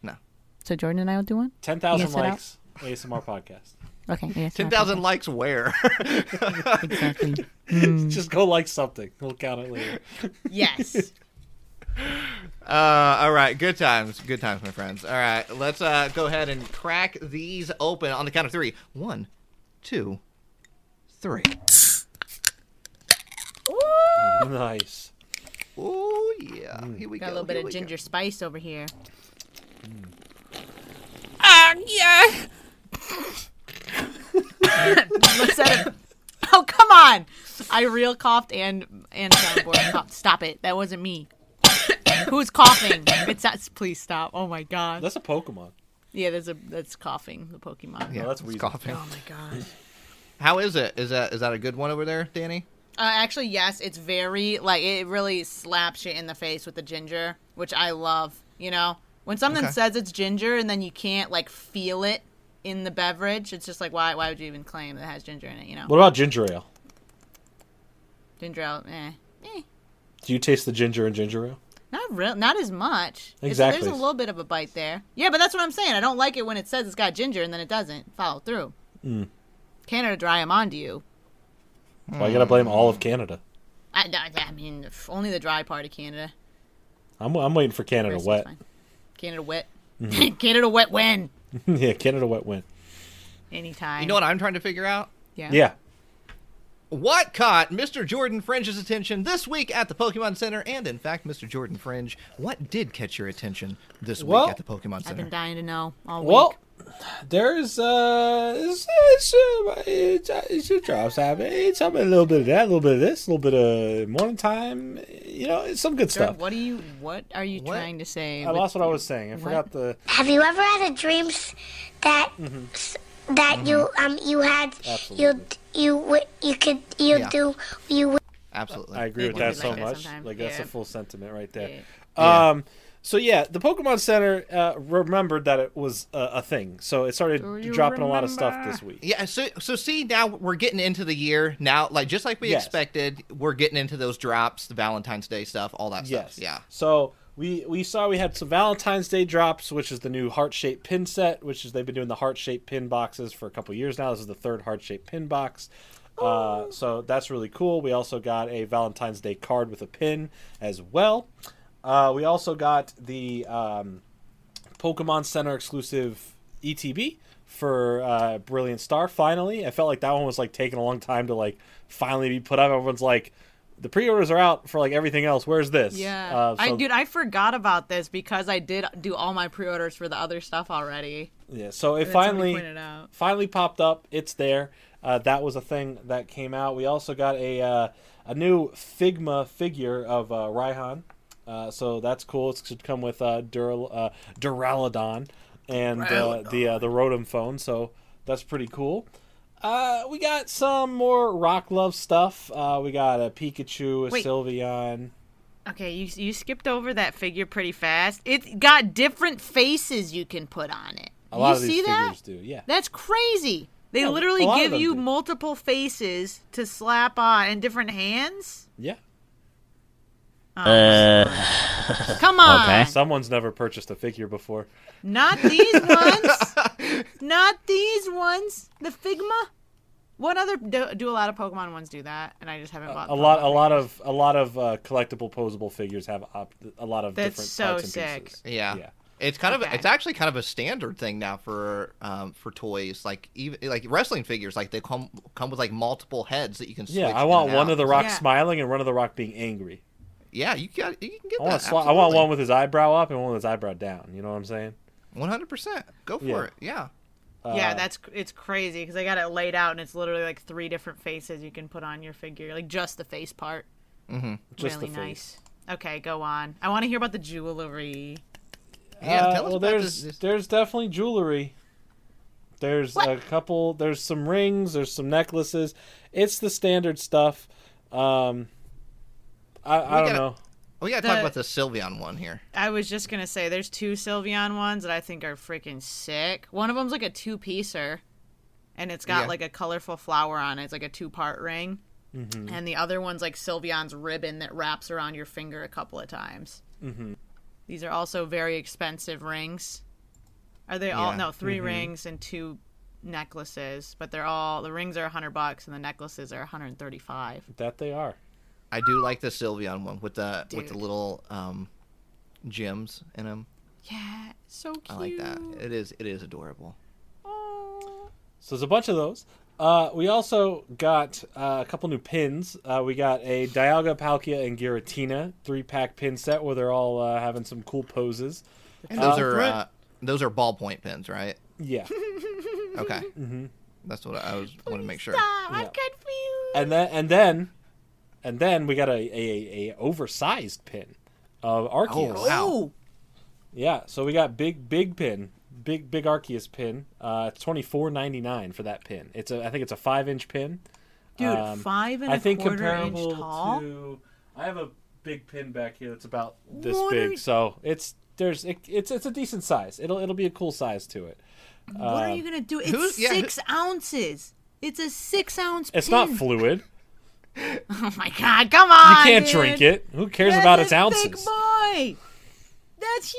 no.
So Jordan and I will do one.
Ten thousand
Yes, it out.
likes, ASMR podcast.
Okay. ASMR
Ten thousand likes where?
podcast. Exactly.
Just go like something. We'll count it later.
yes.
Uh, all right, good times, good times, my friends. All right, let's uh, go ahead and crack these open on the count of three. One, two, three.
nice.
Oh yeah,
Mm.
here we
Got a little bit of ginger spice over here. Ah, yeah. Said it. Oh come on! I real coughed and and soundboard coughed. Stop it! That wasn't me. Who's coughing? It's that's. Please stop! Oh my god!
That's a Pokemon.
Yeah, there's a that's coughing. The Pokemon.
Yeah,
that's
it's
wheezing.
coughing.
Oh my god.
How is it? Is that is that a good one over there, Danny?
Uh, actually, yes, it's very like it really slaps you in the face with the ginger, which I love. You know, when something
Okay.
says it's ginger and then you can't like feel it in the beverage, it's just like why? Why would you even claim that it has ginger in it? You know,
What about ginger ale?
ginger ale, eh, eh,
Do you taste the ginger in ginger ale?
not real, not as much. It's-
Exactly.
there's a little bit of a bite there. Yeah, but that's what I'm saying. I don't like it when it says it's got ginger and then it doesn't follow through.
Hmm.
Canada dry 'em onto you.
Well, I gotta blame all of Canada.
I, I, I mean, if only the dry part of Canada.
I'm I'm waiting for Canada
Rest is
wet. Mm-hmm.
fine. Canada wet. Canada wet when?
yeah, Canada wet win.
Anytime.
You know what I'm trying to figure out?
Yeah.
Yeah.
What caught Mr. Jordan Fringe's attention this week at the Pokemon Center? And in fact, Mr. Jordan Fringe, what did catch your attention this
Well,
week at the Pokemon
I've
Center?
been dying to know all
Well,
week.
there's uh, it's it's, uh, it's, uh, it's your jobs happening. It's happening a little bit of that, a little bit of this, a little bit of morning time. You know, it's some good
Jordan,
stuff.
what are you? What are you
What?
trying to say?
I lost what I was saying. I forgot the
Have you ever had a dream s- that s- that you um you had you
Absolutely.
you w- you could you
Yeah.
do you
Absolutely.
I agree with
They do
that
be
so
like that
much.
sometimes.
Like that's a
Yeah.
full sentiment right there.
Yeah.
Yeah.
Um, So yeah, the Pokemon Center uh, remembered that it was uh, a thing, so it started
Do you
dropping a lot of stuff
remember?
this week.
Yeah, so so see now we're getting into the year now, like just like we
Yes.
expected, we're getting into those drops, the Valentine's Day stuff, all that
Yes.
stuff. Yeah.
So we we saw we had some Valentine's Day drops, which is the new heart shaped pin set, which is they've been doing the heart shaped pin boxes for a couple years now. This is the third heart shaped pin box.
Oh.
Uh, so that's really cool. We also got a Valentine's Day card with a pin as well. Uh, we also got the um, Pokemon Center exclusive ETB for uh, Brilliant Star. Finally, I felt like that one was like taking a long time to like finally be put up. Everyone's like, the pre-orders are out for like everything else. Where's this?
Yeah.
Uh,
I
so-
dude, I forgot about this because I did do all my pre-orders for the other stuff already.
Yeah. So it
And then somebody
finally
pointed out.
finally popped up. It's there. Uh, that was a thing that came out. We also got a uh, a new Figma figure of uh, Raihan. Uh, so that's cool. It should come with uh, Dural, uh, Duraludon and uh, the uh, the Rotom phone. So that's pretty cool. Uh, we got some more Rock Love stuff. Uh, we got a Pikachu, a
Wait.
Sylveon.
Okay, you you skipped over that figure pretty fast. It's got different faces you can put on it.
A lot
you
of these
see that?
figures do. Yeah.
That's crazy. They
Yeah,
literally
a lot of
give
them
you
do.
multiple faces to slap on and different hands. Oh,
Yeah.
Come on,
Someone's never purchased a figure before.
not these ones, not these ones. The Figma. What other do, do a lot of Pokemon ones do that? And I just haven't
a
bought them.
lot a lot of a lot of uh, collectible posable figures have op- a lot of
That's
different
so
parts and
sick.
pieces.
Yeah.
Yeah.
It's kind of
Okay.
it's actually kind of a standard thing now for um for toys like even like wrestling figures like they come come with like multiple heads that you can switch
Yeah, I
in
want
and
one
out.
of the rock
Yeah.
smiling and one of the rock being angry.
Yeah, you got you can get
I
that.
want sli- I want
Uh, absolutely.
one with his eyebrow up and one with his eyebrow down. You know what I'm saying?
100%. Go for
Yeah.
it. Yeah.
Um,
yeah, that's it's crazy because I got it laid out and it's literally like three different faces you can put on your figure, like just the face part.
Just
really
the face.
nice. Okay, go on. I want to hear about the jewelry.
Yeah, tell
Uh,
us
well,
about
there's
this- this-
there's definitely jewelry. There's a couple. There's some rings. There's some necklaces. It's the standard stuff. Um, I, I don't
gotta-
know.
Oh, We got to talk
the-
about the Sylveon one here.
I was just gonna say there's two Sylveon ones that I think are freaking sick. One of them's like a two piecer, and it's got
Yeah.
like a colorful flower on it. It's like a two part ring,
Mm-hmm.
and the other one's like Sylveon's ribbon that wraps around your finger a couple of times. Mm-hmm. These are also very expensive rings. Are they all
Yeah. Mm-hmm.
no 3 rings and two necklaces? But they're all the rings are hundred bucks and the necklaces are 135.
That they are.
I do like the Sylveon one with the with the
Dude.
little um gems in them.
Yeah, so cute.
I like that. It is it is adorable.
So there's a bunch of those. Uh, we also got uh, a couple new pins. Uh, we got a Dialga, Palkia, and Giratina three pack pin set where they're all uh, having some cool poses.
And those
Uh,
are
Brett-
uh, those are ballpoint pins, right?
Yeah.
Okay. mm-hmm. That's what I was want to make sure.
Stop, I'm
Yeah.
confused.
and then and then and then we got a, a, a oversized pin of Arceus.
Oh, wow.
Ooh.
Yeah, so we got big big pin, big big Arceus pin. Uh, it's twenty four ninety nine for that pin. It's a I think it's a five inch pin.
Dude,
Um,
five and a
I think
quarter
comparable
inch tall.
to. I have a big pin back here that's about this
What are
big,
you-
so it's there's it, it's it's a decent size. It'll it'll be a cool size to it.
what
uh,
are you gonna do? It's
who's- yeah, who-
six ounces. It's a six ounce.
It's
pin.
not fluid.
Oh my god! Come on.
You can't
dude.
drink it. Who cares
That's
about
a
its
Big
ounces?
boy. That's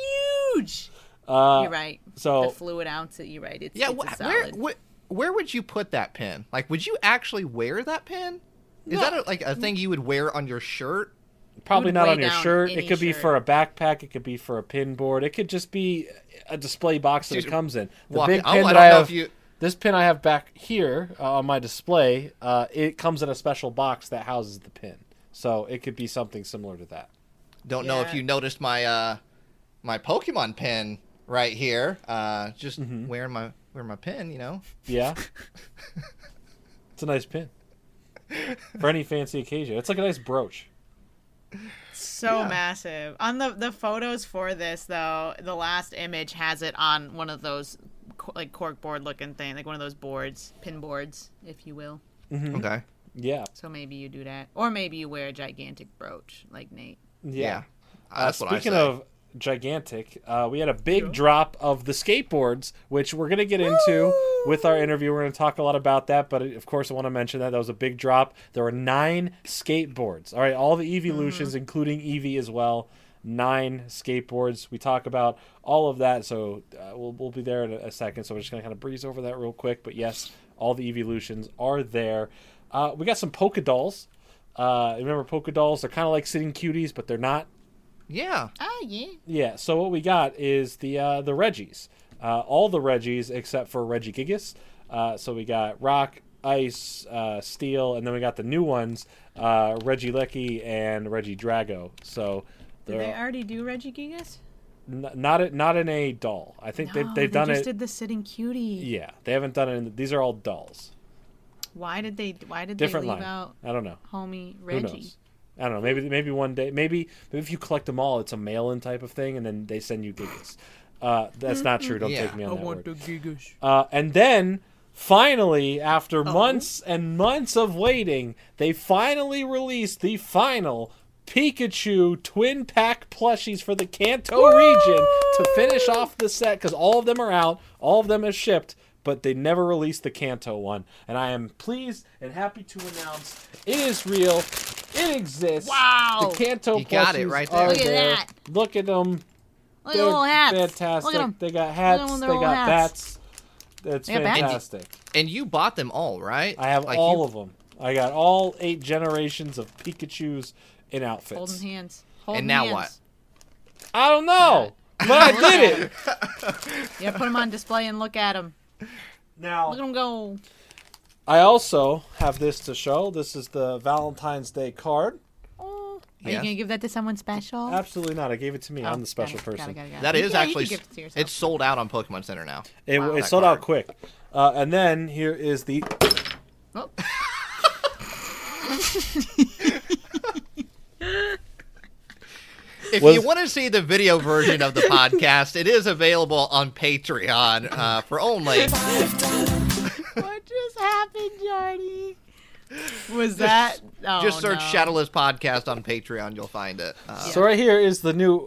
huge.
Uh,
You're right.
so-
the fluid ounce. You're right. It's
Yeah,
It's
wh-
a
where,
solid.
where where would you put that pin? Like, would you actually wear that pin? Is that a, like a thing you would wear on your shirt?
Probably
would
not
weigh
on your
down
shirt. It
any
could be
shirt.
for a backpack. It could be for a pin board. It could just be a display box that
Dude,
it comes in. The
walk-
big
I- I
pin
don't
that I
know if
have,
you-
this pin I have back here uh, on my display, uh, it comes in a special box that houses the pin. So it could be something similar to that.
Don't know if
Yeah.
you noticed my uh my Pokemon pin right here. Uh, just
Mm-hmm.
wearing my wearing my pin, you know.
Yeah. it's a nice pin. For any fancy occasion. It's like a nice brooch.
so
Yeah.
massive. On the the photos for this though, the last image has it on one of those co- like cork board looking thing, like one of those boards, pin boards, if you will.
Mm-hmm.
Okay.
Yeah.
So maybe you do that, or maybe you wear a gigantic brooch like Nate.
Yeah.
Yeah.
Uh,
That's what I
speaking
say.
of gigantic. Uh, we had a big drop of the skateboards, which we're going to get into with our interview. We're going to talk a lot about that, but of course, I want to mention that that was a big drop. There were nine skateboards. All right, all the Evolutions,
Mm.
including Eevee as well. Nine skateboards. We talk about all of that, so uh, we'll, we'll be there in a, a second. So we're just going to kind of breeze over that real quick. But yes, all the Evolutions are there. Uh, we got some polka dolls. Uh, remember polka dolls? They're kind of like sitting cuties, but they're not.
Yeah.
Oh yeah.
Yeah. So what we got is the uh, the Reggies, uh, all the Reggies except for Reggie Gigas. Uh, so we got Rock, Ice, uh, Steel, and then we got the new ones, uh, Reggie Lecky and Reggie Drago. So
Did they
they're
already do Reggie Gigas?
n- not a- not in a doll. I think
No,
they've they've done
Oh, just
it.
did the sitting cutie.
Yeah, they haven't done it. In, these are all dolls.
Why did they? Why did
Different
they leave
line.
out
I don't know.
homie
Who
Reggie?
knows? I don't know. Maybe maybe one day. Maybe maybe if you collect them all, it's a mail-in type of thing, and then they send you gigas. Uh, that's not true. Don't
Yeah.
take me on that word.
gigas.
Uh, and then finally, after
Oh.
months and months of waiting, they finally released the final Pikachu twin pack plushies for the Kanto region to finish off the set because all of them are out, all of them have shipped, but they never released the Kanto one. And I am pleased and happy to announce it is real. It exists.
Wow.
The Kanto
You got it
plushies
right there.
are
Look at that.
Look at them.
Look at
They're
the little hats.
fantastic.
Look at them.
They got
them
hats.
with
They
their little
got
hats.
bats. That's
got bats.
fantastic.
And you bought them all, right?
I have
Like,
all
you-
of them. I got all eight generations of Pikachu's in
Holding
outfits.
hands. Holding
now
hands.
I don't know, but I did it.
what? Yeah, put them on display and look at them. Look at
Now
them go.
I also have this to show. This is the Valentine's Day card.
Oh. Are you
Yes.
gonna give that to someone special?
Absolutely not. I gave it to me.
Oh,
I'm the special
got it, got
person.
it, got it, got it.
That
You
is
can- you
actually
can give it to yourself.
it's sold out on Pokemon Center now.
It,
Wow.
it
That
sold
card.
out quick. Uh, and then here is the
Oh.
If
Was-
you want to see the video version of the podcast, it is available on Patreon uh, for only.
what just happened, Jordy? Was that? Oh,
Just search
no.
Shadowless Podcast on Patreon. You'll find it. Uh,
so right here is the new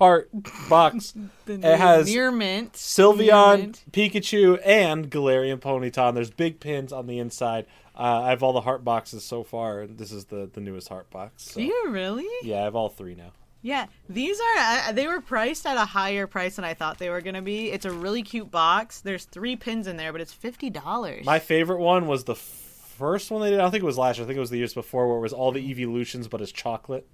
heart box.
The
It has
near mint. Near
Sylveon,
mint.
Pikachu, and Galarian Ponyta. And there's big pins on the inside. Uh, I have all the heart boxes so far. and This is the, the newest heart box. So.
Do you really?
Yeah, I have all three now.
Yeah, these are uh, they were priced at a higher price than I thought they were gonna be. It's a really cute box. There's three pins in there, but it's fifty dollars.
My favorite one was the f- first one they did. I don't think it was last year. I think it was the years before where it was all the evolutions, but it's chocolate.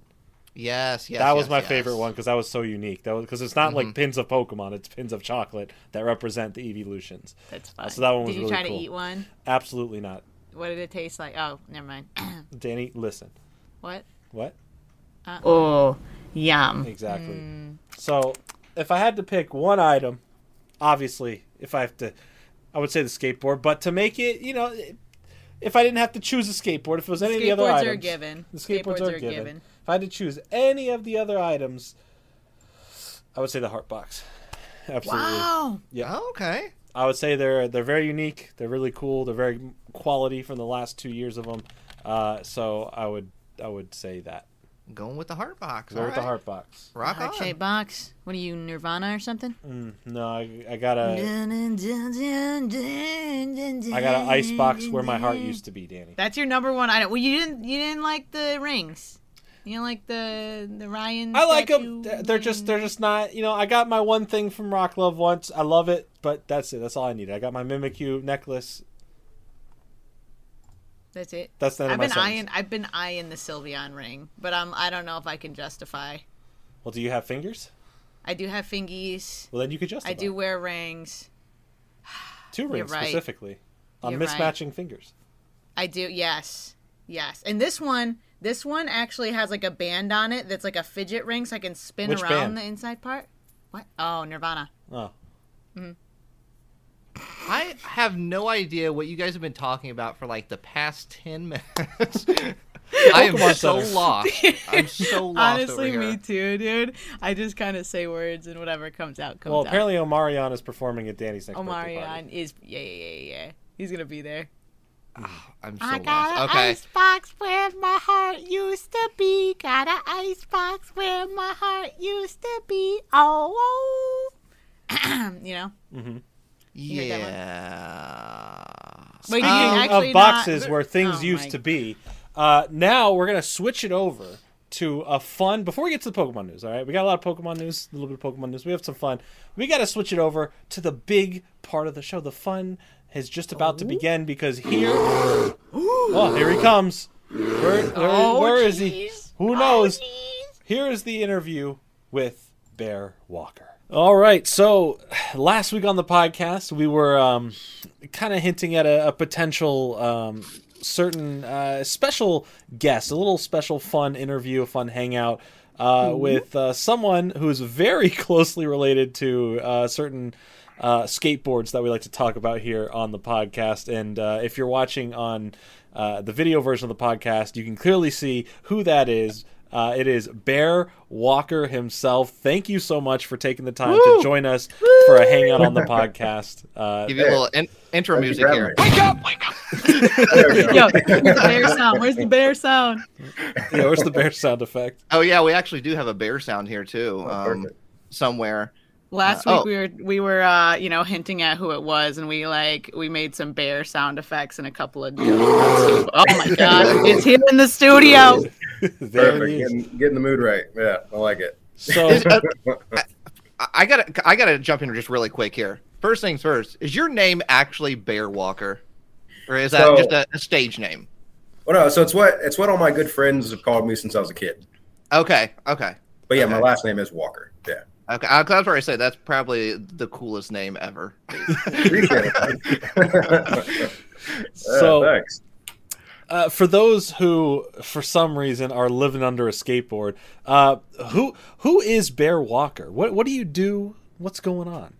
Yes, yes.
that was
yes,
my
yes. Mm-hmm.
favorite one because that was so unique. That was because it's not like pins of Pokemon; it's pins of chocolate that represent the evolutions.
That's fine.
so that one was
Did you
really
try
cool.
to eat one?
Absolutely not,
What did it taste like? Oh, never mind.
Danny. Listen,
what?
what
Oh, yum.
exactly? So, if I had to pick one item, obviously, if I have to, I would say the skateboard. But to make it, you know, if I didn't have to choose a skateboard, if it was any of the other
Skateboards
items,
are given.
The skateboards, are, given. If I had to choose any of the other items, I would say the heart box. Absolutely.
Wow.
Oh, okay.
I would say they're they're very unique. They're really cool. They're very quality from the last two years of them. Uh, so I would I would say that.
Going with the heart box.
Go
all
with the
right.
heart box.
Rock
Heart
on.
shaped box. What are you, Nirvana or something?
No, I, I got a I
I
got an ice box where my heart used to be, Danny.
That's your number one item. Well, you didn't you didn't like the rings. You didn't like the the Ryan.
I like them.
statue
They're just
ring?
they're just not. You know, I got my one thing from Rock Love once. I love it, but that's it. That's all I need. I got my Mimikyu necklace.
That's it.
That's the end of
I've
my
been
sentence.
eyeing I've been eyeing the Sylveon ring, but um I don't know if I can justify.
Well, do you have fingers?
I do have fingies.
Well, then you could justify.
I do wear rings.
two rings
right.
specifically on
You're right.
mismatching fingers.
I do. Yes. Yes. And this one, this one actually has like a band on it that's like a fidget ring so I can spin
Which
around
band?
the inside part. What? Oh, Nirvana.
Oh,
I have no idea what you guys have been talking about for like the past ten minutes. I am
Pokemon
so
Center.
lost. I'm so lost
Honestly,
over here.
me too, dude. I just kind of say words and whatever comes out comes
well,
out.
apparently
Oh,
Omarion is performing at Danny's next birthday party.
Omarion is yeah yeah yeah yeah. He's gonna be there.
I'm so lost. Okay.
icebox where my heart used to be. Got an icebox where my heart used to be. Oh, oh. you know. hear that one?
yeah.
Wait, you
Speaking
actually
of
not-
boxes where things
Oh,
used
my-
to be, uh, now we're gonna switch it over to a fun. Before we get to the Pokemon news, all right, we got a lot of Pokemon news, a little bit of Pokemon news. We have some fun. We got to switch it over to the big part of the show. The fun is just about
Oh.
to begin because here, oh, here he comes. Where, where,
Oh,
where is he?
jeez.
Who knows? Here is the interview with Bear Walker. All right, so last week on the podcast, we were um, kind of hinting at a, a potential um, certain uh, special guest, a little special fun interview, a fun hangout uh, with uh, someone who is very closely related to uh, certain uh, skateboards that we like to talk about here on the podcast. And uh, if you're watching on uh, the video version of the podcast, you can clearly see who that is. Uh, it is Bear Walker himself. Thank you so much for taking the time to join us for a hangout on the podcast. Uh,
Give you a little in- intro
Thank you
music
very
here.
much. There we go.
Yo, where's the bear sound? Where's the bear sound?
yeah, where's the bear sound effect?
Oh yeah, we actually do have a bear sound here
Oh,
too. Um,
perfect.
somewhere.
Last
Uh,
week we were we were uh, you know hinting at who it was, and we like we made some bear sound effects and a couple of. oh my god! It's here in the studio.
There
Perfect.
he is.
Getting, getting the mood right. Yeah, I like it.
So
uh, I- I gotta I gotta jump in just really quick here. First things first, is your name actually Bear Walker? Or is that
So-
just a, a stage name?
Well, no, so it's what it's what all my good friends have called me since I was a kid.
Okay, okay.
But yeah, my
Okay.
last name is Walker. Yeah.
Okay, I- that's where I say that's probably the coolest name ever.
Appreciate it.
So-
Yeah, thanks.
uh, for those who, for some reason, are living under a skateboard, uh, who who is Bear Walker? What what do you do? What's going on?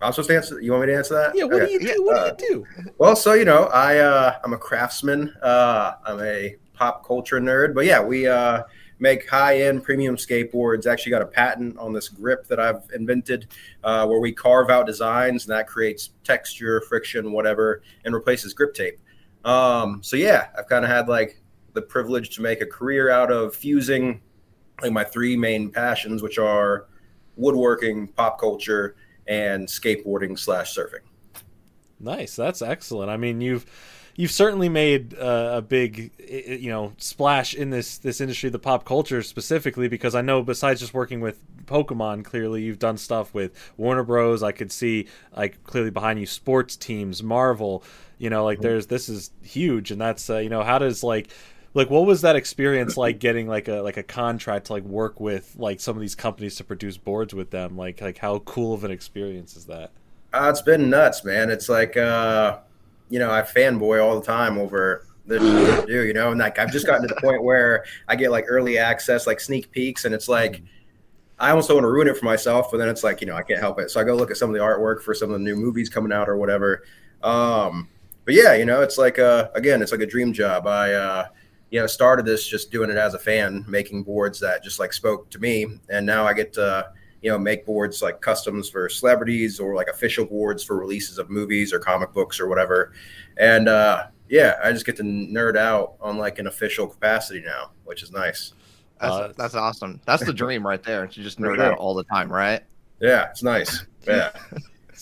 I'm supposed to answer. You want me to answer that?
Yeah, what
Okay.
do you do? What do you do?
Well, so you know, I uh, I'm a craftsman. Uh, I'm a pop culture nerd, but yeah, we uh, make high end premium skateboards. Actually, got a patent on this grip that I've invented, uh, where we carve out designs and that creates texture, friction, whatever, and replaces grip tape. Um, so yeah, I've kind of had like the privilege to make a career out of fusing like my three main passions, which are woodworking, pop culture, and skateboarding slash surfing.
Nice, that's excellent. I mean, you've you've certainly made uh, a big i- i- you know splash in this this industry, the pop culture specifically, because I know besides just working with Pokemon, clearly you've done stuff with Warner Bros. I could see like clearly behind you sports teams, Marvel. You know, like there's this is huge, and that's uh, you know how does like like what was that experience like getting like a like a contract to like work with like some of these companies to produce boards with them like like how cool of an experience is that
Uh, it's been nuts, man. It's like, uh, you know, I fanboy all the time over this shit they do, you know, and like I've just gotten to the point where I get like early access, like sneak peeks, and it's like I almost don't want to ruin it for myself, but then it's like, you know, I can't help it. So I go look at some of the artwork for some of the new movies coming out or whatever. Um, but yeah, you know, it's like uh again, it's like a dream job. I uh you know, started this just doing it as a fan, making boards that just like spoke to me, and now I get to you know make boards like customs for celebrities or like official boards for releases of movies or comic books or whatever and uh yeah i just get to nerd out on like an official capacity now which is nice
That's,
Uh,
that's awesome. That's the dream right there. To just nerd
Yeah.
out all the time, right?
yeah it's nice yeah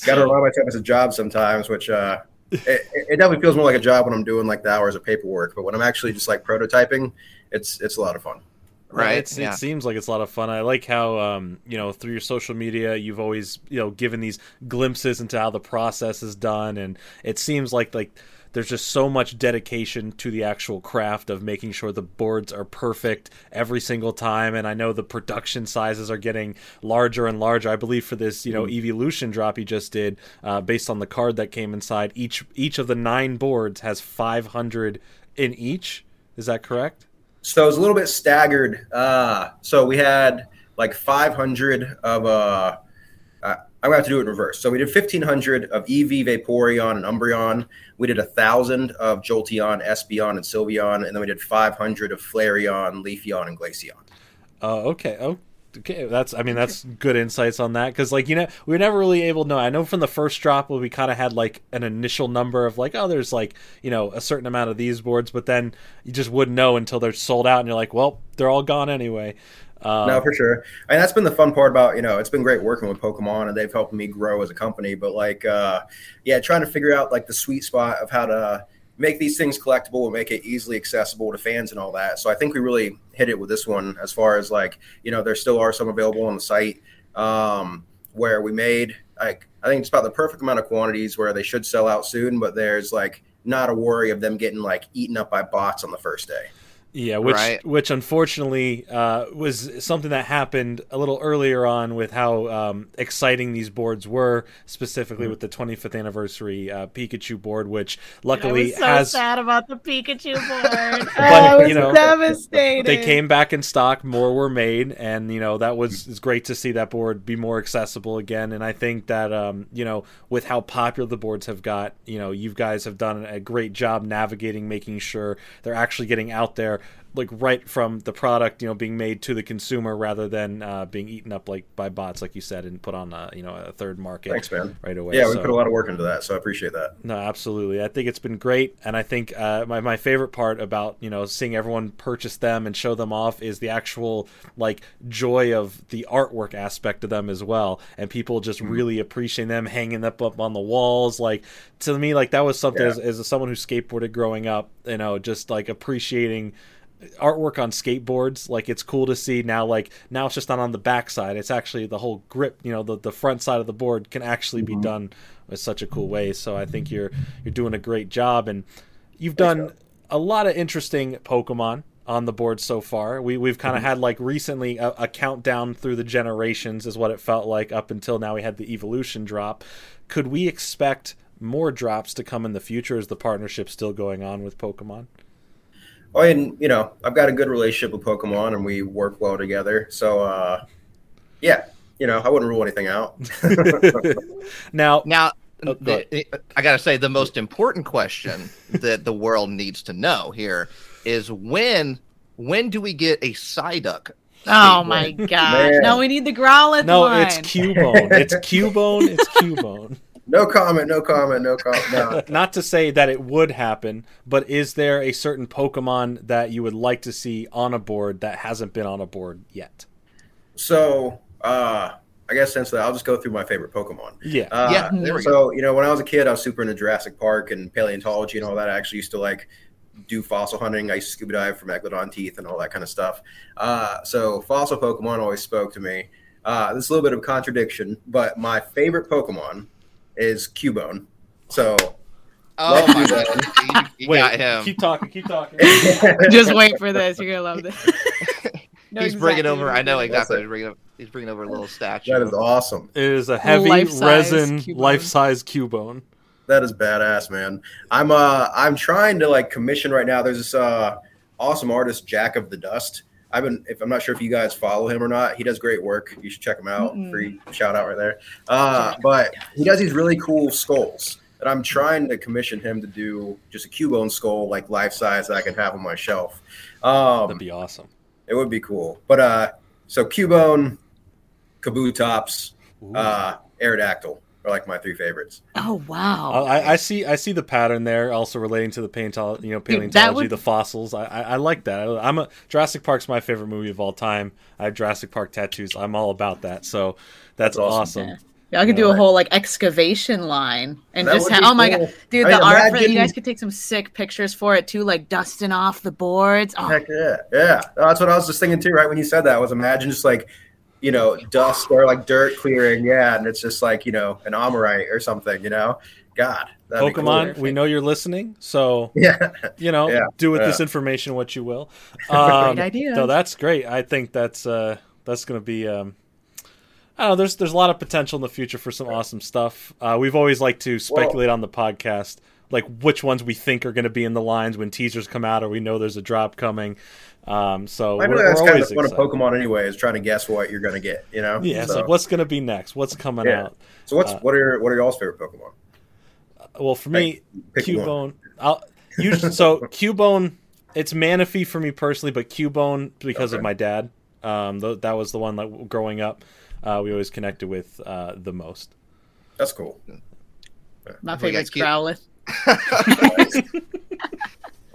gotta remind myself it's a job sometimes which uh it, it definitely feels more like a job when i'm doing like the hours of paperwork but when i'm actually just like prototyping it's it's a lot of fun
Yeah,
Right?
it's,
yeah.
It seems like it's a lot of fun. I like how um, you know through your social media, you've always you know given these glimpses into how the process is done, and it seems like like there's just so much dedication to the actual craft of making sure the boards are perfect every single time. And I know the production sizes are getting larger and larger. I believe for this you know
Mm.
evolution drop you just did, uh, based on the card that came inside, each each of the nine boards has 500 in each. Is that correct?
So it was a little bit staggered. Uh, so we had like 500 of uh, uh, I'm gonna have to do it in reverse. So we did 1500 of EV Vaporeon and Umbreon. We did a thousand of Jolteon, Espeon, and Sylveon, and then we did 500 of Flareon, Leafeon, and Glaceon.
Oh, okay. Oh, Okay, that's I mean that's good insights on that because like you know we were never really able to know. I know from the first drop we kind of had like an initial number of like oh there's like you know a certain amount of these boards, but then you just wouldn't know until they're sold out and you're like well they're all gone anyway. Um,
no, for sure. And that's been the fun part about, you know, it's been great working with Pokemon and they've helped me grow as a company. But like, uh, yeah, trying to figure out like the sweet spot of how to make these things collectible and make it easily accessible to fans and all that. So I think we really hit it with this one as far as like, you know, there still are some available on the site um, where we made like, I think it's about the perfect amount of quantities where they should sell out soon, but there's like not a worry of them getting like eaten up by bots on the first day.
Yeah, which
Right.
which unfortunately uh, was something that happened a little earlier on with how um, exciting these boards were, specifically with the 25th anniversary uh, Pikachu board, which
Mm-hmm. I
luckily
was so
as
sad about the Pikachu board. I
But,
was
you know,
devastated.
they came back in stock, more were made, and you know that was it's great to see that board be more accessible again. And I think that um, you know with how popular the boards have got, you know, you guys have done a great job navigating, making sure they're actually getting out there, like right from the product, you know, being made to the consumer rather than uh, being eaten up like by bots, like you said, and put on a you know a third market
Thanks, man.
right away.
Yeah, we
So-
put a lot of work into that. So I appreciate that.
no, absolutely. I think it's been great, and I think uh, my my favorite part about you know seeing everyone purchase them and show them off is the actual like joy of the artwork aspect of them as well, and people just really appreciating them, hanging them up on the walls. Like to me, like that was something
Yeah.
as, as someone who skateboarded growing up, you know, just like appreciating artwork on skateboards like it's cool to see now like now it's just not on the backside it's actually the whole grip you know the, the front side of the board can actually be done with such a cool way so i think you're you're doing a great job and you've done a lot of interesting pokemon on the board so far we, we've kind of had like recently a, a countdown through the generations is what it felt like up until now we had the evolution drop could we expect more drops to come in the future is the partnership still going on with pokemon
Oh, and you know, I've got a good relationship with Pokemon, and we work well together. So, uh, yeah, you know, I wouldn't rule anything out.
now
Now,
Oh, go ahead.
the- eh, I got to say, the most important question that the world needs to know here is when when do we get a Psyduck?
Oh my god!
Man.
No, we need the Growlithe
No,
line.
it's Cubone. It's Cubone. It's Cubone.
no comment. No comment. No comment. No.
Not to say that it would happen, but is there a certain Pokemon that you would like to see on a board that hasn't been on a board yet?
So, uh, I guess since that, I'll just go through my favorite Pokemon.
Yeah.
Uh,
Yeah, there we
so, you know, when I was a kid, I was super into Jurassic Park and paleontology and all that. I actually used to like do fossil hunting. I used to scuba dive for megalodon teeth and all that kind of stuff. Uh, so, fossil Pokemon always spoke to me. Uh, this is a little bit of contradiction, but my favorite Pokemon is Cubone. So,
Oh my god, you, you
Wait,
got him.
Keep talking. Keep talking.
Just wait for this. You're gonna love this. Know
he's bringing
exactly
over.
what
I know
it is.
exactly. He's bringing, up, he's bringing over a little statue.
that is awesome.
It is a heavy
Life-size
resin,
Cubone.
life-size Cubone.
That is badass, man. I'm uh I'm trying to like commission right now. There's this uh awesome artist, Jack of the Dust. I've been if I'm not sure if you guys follow him or not. He does great work. You should check him out. Free shout out right there. Uh but he does these really cool skulls that I'm trying to commission him to do just a cubone skull like life size that I can have on my shelf. Um
That'd be awesome.
it would be cool. But uh, so Cubone, Kabutops, uh, Aerodactyl are like my three favorites.
Oh wow!
I- I, I see. I see the pattern there. Also relating to the painto- you know,
that
paleontology,
would-
the fossils. I, I, I like that. I, am a Jurassic Park's my favorite movie of all time. I have Jurassic Park tattoos. I'm all about that. So that's,
That's awesome.
awesome.
Y'all could do a whole like excavation line and
That
just
would
ha-
be
oh my
cool.
god, dude,
I
the
mean,
art for that, you
imagine-
guys could take some sick pictures for it too, like dusting off the boards. Oh,
Heck yeah, yeah. That's what I was just thinking too. Right when you said that, was imagine just like you know dust or like dirt clearing, yeah, and it's just like you know an Amorite or something. You know, God, that'd be cool.
Pokemon, we know you're listening, so
Yeah,
you know,
Yeah,
do with
yeah.
this information what you will. Um,
Great idea.
No, that's great. I think that's uh, that's going to be. Um, I don't know. There's there's a lot of potential in the future for some awesome stuff. Uh, we've always liked to speculate on the podcast, like which ones we think are going to be in the lines when teasers come out, or we know there's a drop coming. Um, so we're,
I know
we're
that's kind
always
of fun of
excited.
Pokemon anyway, is trying to guess what you're gonna get. You know,
Yeah, it's
So,
like what's uh, going to be next? What's coming
Yeah.
out?
so what's what are what are y'all's favorite Pokemon?
Well, for me,
pick
Cubone. I'll usually so Cubone. It's Manaphy for me personally, but Cubone because of
Okay.
my dad. Um, th- that was the one like growing up, uh, we always connected with uh, the most.
That's cool.
My
We got
favorite's
cute.
Growlithe.
I,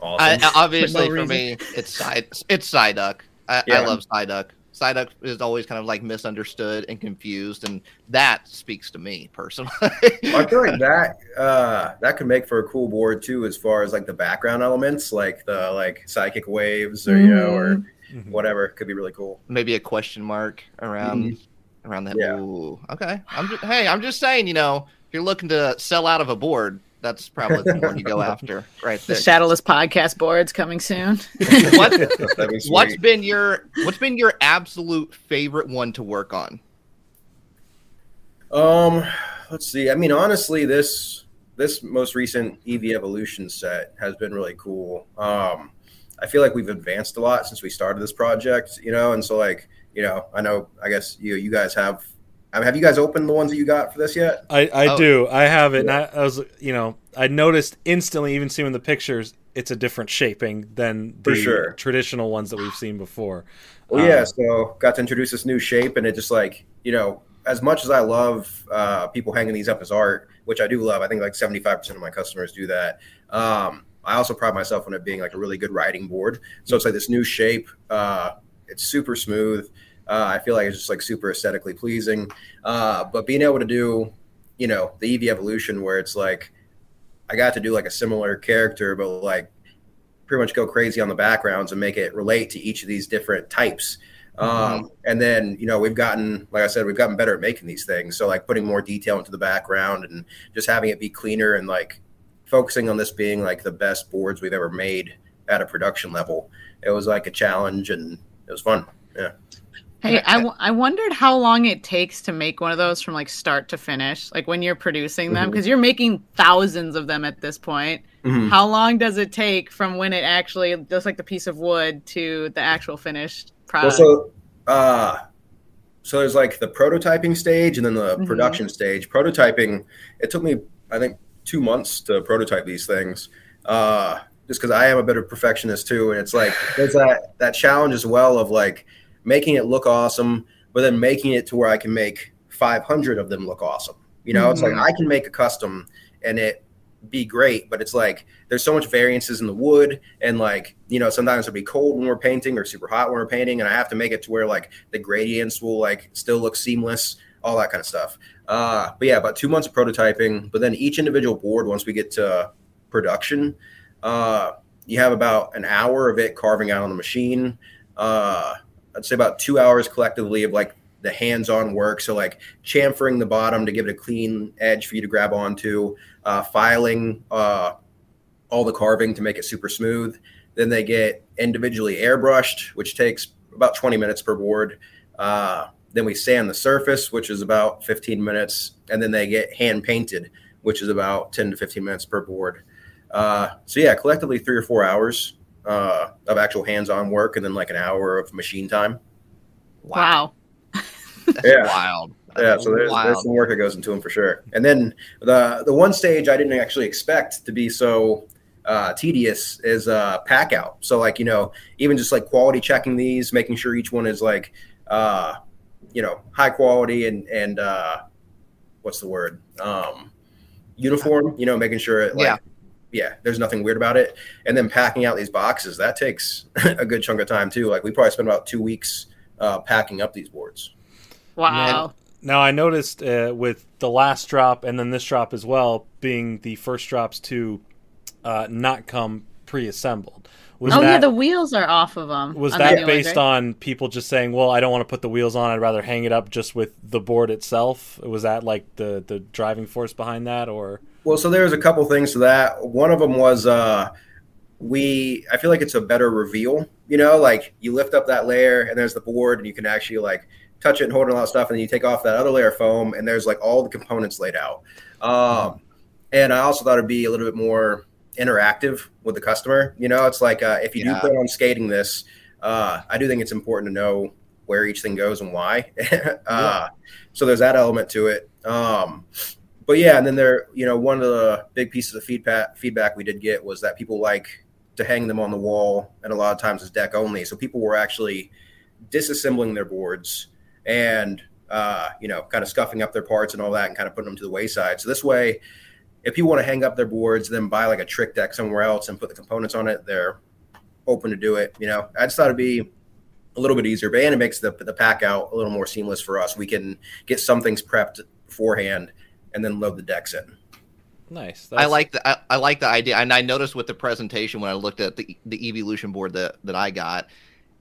Awesome.
I- obviously,
For
for,
no
me, it's Psy, it's Psyduck. I,
Yeah.
I love Psyduck. Psyduck is always kind of like misunderstood and confused, and that speaks to me personally.
I feel like that uh, that could make for a cool board too, as far as like the background elements, like the like psychic waves or you know or
Mhm.
whatever could be really cool.
Maybe a question mark around around that.
Mm-hmm. Yeah.
Ooh, okay. I'm just, hey, I'm just saying, you know, if you're looking to sell out of a board, that's probably the one you go after right
The
there.
Shadowless podcast board's coming soon.
What,
That'd be sweet.
what's been your what's been your absolute favorite one to work on?
Um, let's see. I mean, honestly, this this most recent EV Evolution set has been really cool. Um, I feel like we've advanced a lot since we started this project, you know, and so like, you know, I know, I guess you you guys have. I mean, have you guys opened the ones that you got for this yet?
I, I
Oh.
do. I have it. And I, I was, you know, I noticed instantly, even seeing the pictures, it's a different shaping than the
For sure.
traditional ones that we've seen before.
Well,
Um,
yeah, so got to introduce this new shape, and it just like you know, as much as I love uh, people hanging these up as art, which I do love, I think like seventy five percent of my customers do that. Um, I also pride myself on it being like a really good writing board. So it's like this new shape. Uh, it's super smooth. Uh, I feel like it's just like super aesthetically pleasing. Uh, but being able to do, you know, the EV evolution where it's like I got to do like a similar character, but like pretty much go crazy on the backgrounds and make it relate to each of these different types. Um, and then, you know, we've gotten, like I said, we've gotten better at making these things. So, like, putting more detail into the background and just having it be cleaner and like focusing on this being like the best boards we've ever made at a production level. It was like a challenge and it was fun. Yeah.
Hey, I, w- I wondered how long it takes to make one of those from like start to finish, like when you're producing
Mm-hmm.
them, because you're making thousands of them at this point.
Mm.
How long does it take from when it actually, just like the piece of wood, to the actual finished
Well,
product?
so, uh, so there's like the prototyping stage and then the
Mhm.
production stage. Prototyping, it took me, I think, two months to prototype these things. Uh, just because I am a bit of a perfectionist too, and it's like there's that that challenge as well of like making it look awesome, but then making it to where I can make 500 of them look awesome. You know, it's like I can make a custom and it be great, but it's like there's so much variances in the wood, and like you know sometimes it'll be cold when we're painting or super hot when we're painting, and I have to make it to where like the gradients will like still look seamless, all that kind of stuff. Uh, but yeah, about two months of prototyping, but then each individual board once we get to production, uh, you have about an hour of it carving out on the machine. Uh, I'd say about two hours collectively of like the hands-on work. So like chamfering the bottom to give it a clean edge for you to grab onto, uh, filing uh, all the carving to make it super smooth. Then they get individually airbrushed, which takes about 20 minutes per board. Uh, then we sand the surface, which is about 15 minutes, and then they get hand painted, which is about 10 to 15 minutes per board. Uh, so yeah, collectively three or four hours uh, of actual hands-on work, and then like an hour of machine time.
wow.
That's
Yeah.
wild.
Yeah,
That's
so there's, there's
wild.
some work that goes into them for sure. And then the the one stage I didn't actually expect to be so uh, tedious is uh, pack out. So like you know, even just like quality checking these, making sure each one is like uh, you know high quality and and uh, what's the word um, uniform. You know, making sure it, like,
Yeah.
yeah, there's nothing weird about it. And then packing out these boxes that takes a good chunk of time too. Like we probably spent about two weeks uh, packing up these boards.
Wow. Oh,
Now I noticed uh, with the last drop and then this drop as well being the first drops to uh, not come pre-assembled. Was
oh,
that
yeah, the wheels are off of them.
was that based on people just saying, "Well, I don't want to put the wheels on. I'd rather hang it up just with the board itself"? Was that like the the driving force behind that, or
Well, so there's a couple things to that. One of them was uh, we. I feel like it's a better reveal. You know, like you lift up that layer, and there's the board, and you can actually like touch it and hold it and all that stuff, and then you take off that other layer of foam, and there's like all the components laid out. Um, and I also thought it'd be a little bit more interactive with the customer. You know, it's like uh, if you do
Yeah.
plan on skating this, uh, I do think it's important to know where each thing goes and why. uh, So there's that element to it. Um, but yeah, and then there, you know, one of the big pieces of feedback feedback we did get was that people like to hang them on the wall, and a lot of times it's deck only. So people were actually disassembling their boards and uh, you know, kind of scuffing up their parts and all that, and kind of putting them to the wayside. So this way, if you want to hang up their boards, then buy like a trick deck somewhere else and put the components on it, they're open to do it. You know, I just thought it'd be a little bit easier, but and it makes the the pack out a little more seamless for us. We can get some things prepped beforehand and then load the decks in.
Nice.
I like the I, I like the idea, and I noticed with the presentation when I looked at the the evolution board that that I got,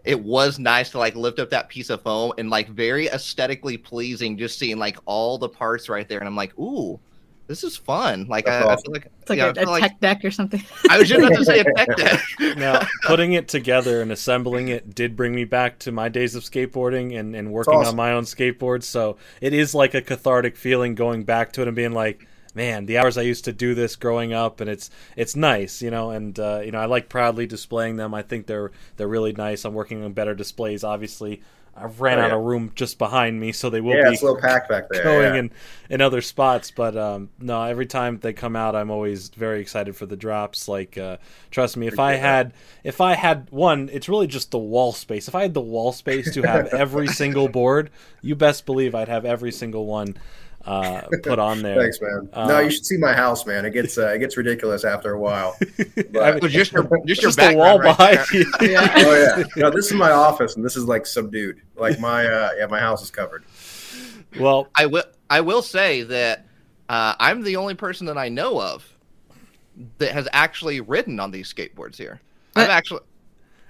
it was nice to like lift up that piece of foam and like very aesthetically pleasing, just seeing like all the parts right there, and I'm like, ooh, this is fun. Like I,
That's
I
awesome.
feel like
It's like
yeah, I
a, a
feel like-
tech deck or something.
I was just about to say a tech deck.
now putting it together and assembling it did bring me back to my days of skateboarding and, and working on
awesome.
my own skateboard so it is like a cathartic feeling going back to it and being like man the hours i used to do this growing up and it's it's nice you know and uh, you know i like proudly displaying them i think they're they're really nice i'm working on better displays obviously i ran
Oh,
out
yeah.
of room just behind me so they will
yeah,
be
it's a little pack back there.
going
yeah.
in in other spots but um no every time they come out i'm always very excited for the drops like uh trust me if i had if i had one it's really just the wall space if i had the wall space to have every single board you best believe i'd have every single one uh put on there
Thanks, man. no,
Uh,
you should see my house, man. It gets uh, it gets ridiculous after a while.
I mean,
But,
Well, just your just, your
just the wall
background right
behind
there.
you
oh yeah, no, this is my office, and this is like subdued. Like my uh, yeah, my house is covered.
well
I will. I will say that uh, I'm the only person that I know of that has actually ridden on these skateboards here. I've
But-
actually,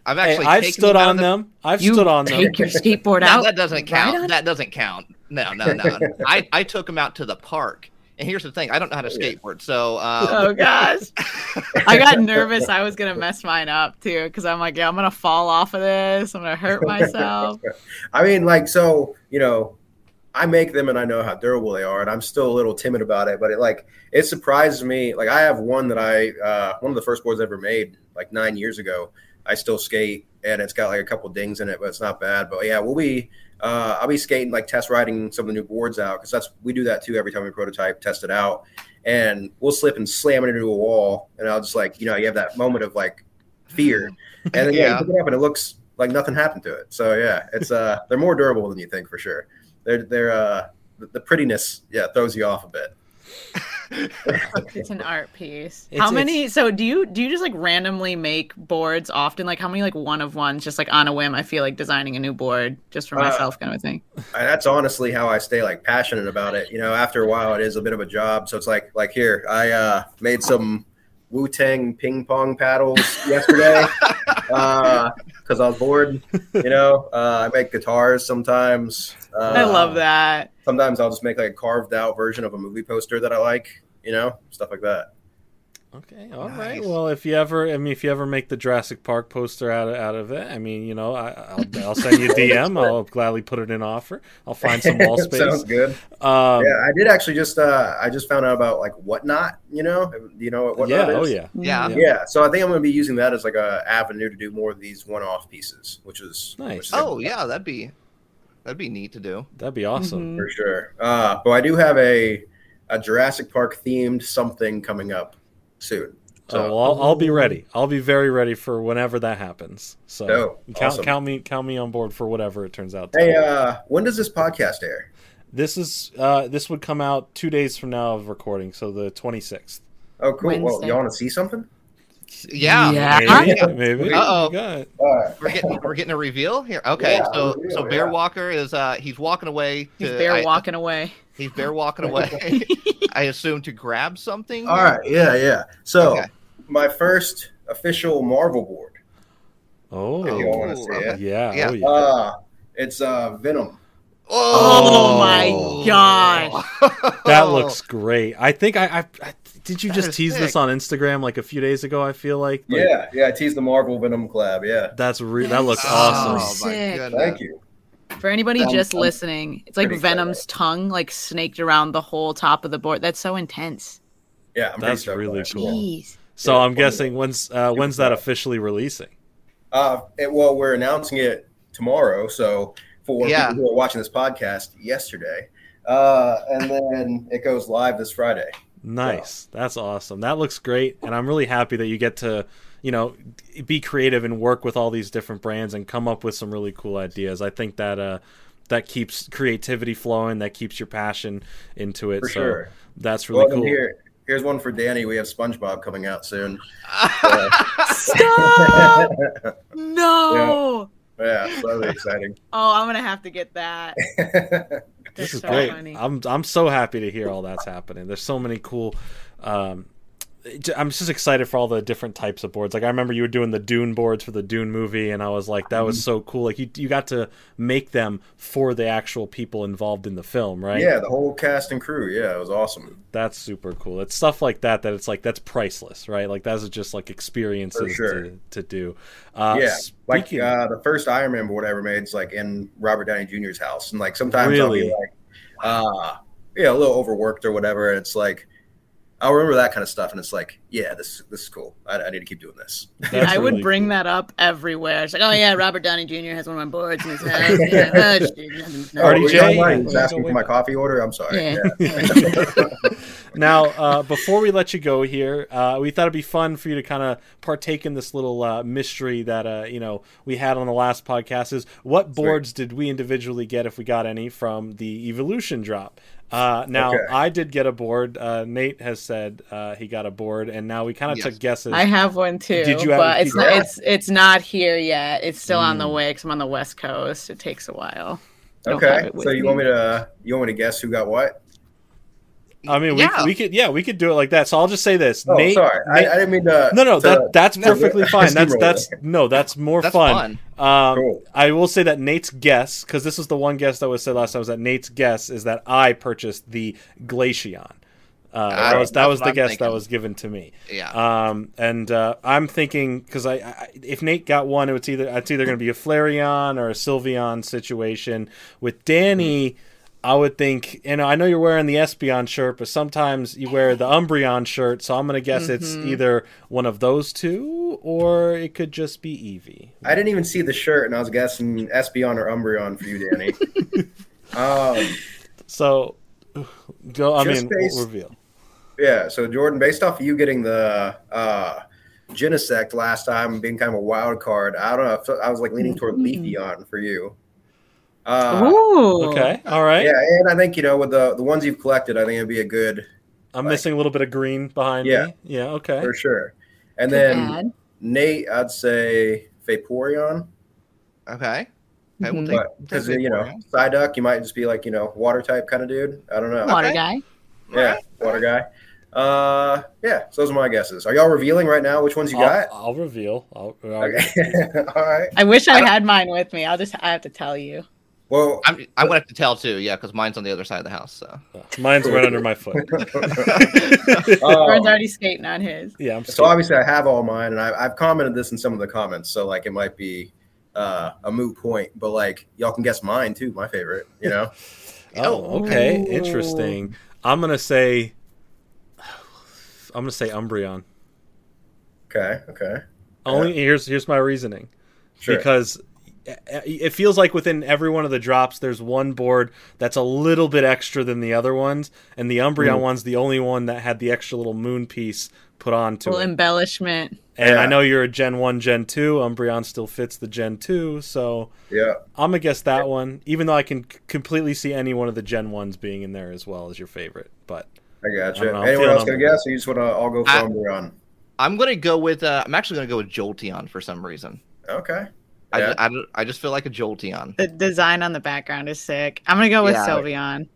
I've
hey,
actually.
i've
taken
stood
out of
on
the-
them i've
you
stood on them
take your skateboard
No,
out.
that doesn't
Right
count.
on?
that doesn't count. No, no, no. I I took them out to the park. And here's the thing: I don't know how to skateboard, so uh,
Oh gosh, I got nervous. I was gonna mess mine up too because I'm like, yeah, I'm gonna fall off of this. I'm gonna hurt myself.
I mean, like so, you know, I make them, and I know how durable they are, and I'm still a little timid about it. But it like it surprises me. Like I have one that I uh, one of the first boards I ever made, like nine years ago. I still skate, and it's got like a couple dings in it, but it's not bad. But yeah, we'll be. Uh, I'll be skating like test riding some of the new boards out because that's we do that too every time we prototype test it out and we'll slip and slam it into a wall and I'll just like you know you have that moment of like fear and then yeah,
Yeah.
you pick it up and it looks like nothing happened to it so yeah it's uh they're more durable than you think for sure they're they're uh the- the prettiness yeah throws you off a bit
It's an art piece.
It's- it's-
how many? So do you do you just like randomly make boards often? Like how many like one of ones just like on a whim? I feel like designing a new board just for
Uh,
myself kind of thing.
I, that's honestly how I stay like passionate about it. You know, after a while, it is a bit of a job. So it's like, like here, I uh, made some Wu Tang ping pong paddles yesterday because I was bored. You know, uh, I make guitars sometimes. Uh,
I love that.
Sometimes I'll just make like a carved out version of a movie poster that I like. You know, stuff like that.
Okay. all right.
Nice.
Well, if you ever, I mean, if you ever make the Jurassic Park poster out of, out of it, I mean, you know, I, I'll, I'll send you a DM. I'll gladly put it in offer. I'll find some wall space.
Sounds good.
Um,
yeah, I did actually just uh, I just found out about like whatnot. You know, Do you know what
yeah.
whatnot is?
Oh, yeah.
yeah.
Mm-hmm.
Yeah.
yeah so i think i'm going to be using that as like a avenue to do more of these one-off pieces which is
Nice.
which is
Oh yeah, that'd be that'd be neat to do.
That'd be awesome.
for sure uh but i do have a a jurassic park themed something coming up soon
So Oh, Uh, well, I'll, I'll
mm-hmm.
be ready. I'll be very ready for whenever that happens. So
Dope.
count,
Oh, Awesome.
count me, count me on board for whatever it turns out. To
hey
be.
uh when does this podcast air
This is uh, this would come out two days from now of recording, so the twenty sixth.
oh cool well
Wednesday.
you want to see something
Yeah.
Yeah.
Maybe. maybe.
Uh-oh.
You got it.
all right
We're getting we're getting a reveal here. Okay,
Yeah,
so
a reveal,
so Bear
yeah.
Walker is uh he's walking away. To,
He's bare
Uh, I-
walking away.
He's bear walking away. I assume to grab something.
all right yeah yeah so
Okay.
my first official marvel board if you all
Oh.
want to see
okay.
it
Yeah.
Yeah.
Oh, yeah.
uh it's uh venom
Oh, my gosh!
That looks great. I think I, I, I did. You
Oh. That
just
is
tease this
sick.
on Instagram like a few days ago. I feel like, Like,
yeah yeah i teased the marvel venom collab yeah
that's re- that looks
so
awesome.
Oh my
sick.
goodness.
thank you
For anybody
Um,
just
I'm
listening, it's like
pretty
Venom's tongue like snaked around the whole top of the board. That's so intense.
yeah I'm pretty
That's
stoked on
really
it.
Cool.
Jeez.
So
Yeah,
I'm
fun.
guessing when's uh, when's that
fun.
officially releasing?
Uh, it, well, we're announcing it tomorrow, so for
Yeah.
people who are watching this podcast yesterday, uh, and then it goes live this Friday.
Nice. That's awesome. That looks great, and I'm really happy that you get to you know be creative and work with all these different brands and come up with some really cool ideas. I think that uh that keeps creativity flowing, that keeps your passion into it.
For
so
sure.
that's really
Well,
cool.
here, here's one for Danny. We have SpongeBob coming out soon.
Stop! no.
Yeah, so that'll be exciting.
Oh, I'm gonna have to get that.
this is
so
great.
funny.
I'm I'm so happy to hear all that's happening. There's so many cool. Um, it j- I'm just excited for all the different types of boards. Like I remember you were doing the Dune boards for the Dune movie, and I was like, that
Mm-hmm.
was so cool. Like you you got to make them for the actual people involved in the film, right?
Yeah, the whole cast and crew. Yeah, it was awesome.
that's super cool. It's stuff like that that it's like that's priceless, right? Like that's just like experiences
sure.
to, to do. Uh,
yeah, like
speaking-
uh, the first Iron Man board I ever made is like in Robert Downey Jr.'s house, and like sometimes I'll
Really?
be like, uh, yeah, a little overworked or whatever. And it's like I'll remember that kind of stuff, and it's like, yeah, this this is cool. I, I need to keep doing this.
that's
I would
really
bring
cool.
that up everywhere. It's like, oh yeah, Robert Downey Jr. has one of my boards in his house. Yeah, oh, shit, nothing-
Already
nothing.
Oh, you
Jay?
don't mind just
Yeah.
asking for my coffee order. I'm sorry.
Yeah.
Yeah.
now, uh, before we let you go here, uh, we thought it'd be fun for you to kind of partake in this little uh, mystery that uh, you know we had on the last podcast. Is what boards did we individually get, if we got any, from the Evolution drop? Uh, now,
Okay.
I did get a board. Uh, Nate has said uh, he got a board, and now we kind of
Yes.
took guesses.
I have one too,
Did you have
but
a Mm.
it's not,
secret?
it's it's not here yet. It's still on the way because I'm on the West Coast. It takes a while. Don't have
Okay.
it with
So you
me.
want me to you want me to guess who got what?
I mean,
Yeah.
we, we could, yeah, we could do it like that. So I'll just say this,
Oh,
Nate.
sorry.
Nate-
I, I didn't mean to.
no, no,
to-
that that's perfectly fine. That's
steamroll
that's
it.
no, that's more
That's
fun. Um,
Cool.
I will say that Nate's guess, because this was the one guess that was said last time, was that Nate's guess is that I purchased the Glaceon. Uh, that
Ah,
was that
that's
was
what
the
I'm
guess that
thinking.
was given to me.
Yeah.
Um, and uh, I'm thinking because I, I, if Nate got one, it was either it's either going to be a Flareon or a Sylveon situation. With Danny, I would think, and I know you're wearing the Espeon shirt, but sometimes you wear the Umbreon shirt. So I'm going to guess it's
Mm-hmm.
either one of those two, or it could just be Eevee.
I didn't even see the shirt, and I was guessing Espeon or Umbreon for you, Danny. um,
So go. I
Just
mean,
based-
reveal.
yeah. So Jordan, based off of you getting the uh, Genesect last time, and being kind of a wild card, I don't know. I felt- I was like leaning toward Leafeon for you. Uh,
Mm-hmm. Ooh.
Okay. All right.
yeah, and I think you know with the the ones you've collected, I think it'd be a good
I'm
like-
missing a little bit of green behind
Yeah.
me. Yeah. Okay.
for sure. And
Good
then
ad.
Nate, I'd say Vaporeon.
Okay. I will
Mhm.
take
But because
take
you know,
Vaporeon.
Psyduck, you might just be like you know, water type kind of dude. I don't know.
Water
Okay.
guy.
Yeah, water guy. Uh, yeah. So those are my guesses. Are y'all revealing right now which ones you got?
I'll, I'll reveal. I'll, I'll
Okay. All right.
I wish I had mine with me. I'll just I have to tell you.
Well,
I'm, I'm gonna have to tell too, yeah, because mine's on the other side of the house. So
uh, Mine's right under my foot.
Jordan's
uh,
already skating on his.
Yeah, I'm
so
sorry.
obviously I have all mine, and I, I've commented this in some of the comments. So like, it might be uh, a moot point, but like, y'all can guess mine too. My favorite, you know.
Oh, okay,
Ooh.
interesting. I'm gonna say, I'm gonna say Umbreon.
okay. Okay.
Only here's here's my reasoning
Sure.
because i- i- it feels like within every one of the drops, there's one board that's a little bit extra than the other ones, and the Umbreon
Hmm.
one's the only one that had the extra little moon piece put onto
Little
it.
embellishment.
And I
Yeah.
know you're a Gen One, Gen Two. Umbreon still fits the Gen Two, so
yeah.
I'm gonna guess that one. Even though I can c- completely see any one of the Gen Ones being in there as well as your favorite, but.
I
I
gotcha.
don't know, I'm
Anyone
feeling
else gonna
Umbreon.
guess? Or you just want to all go for
I-
Umbreon?
I'm gonna go with uh, I'm actually gonna go with Jolteon for some reason.
Okay.
I,
Yeah.
ju- I, ju- I just feel like a Jolteon.
The design on the background is sick. I'm gonna go with
Yeah.
Sylveon.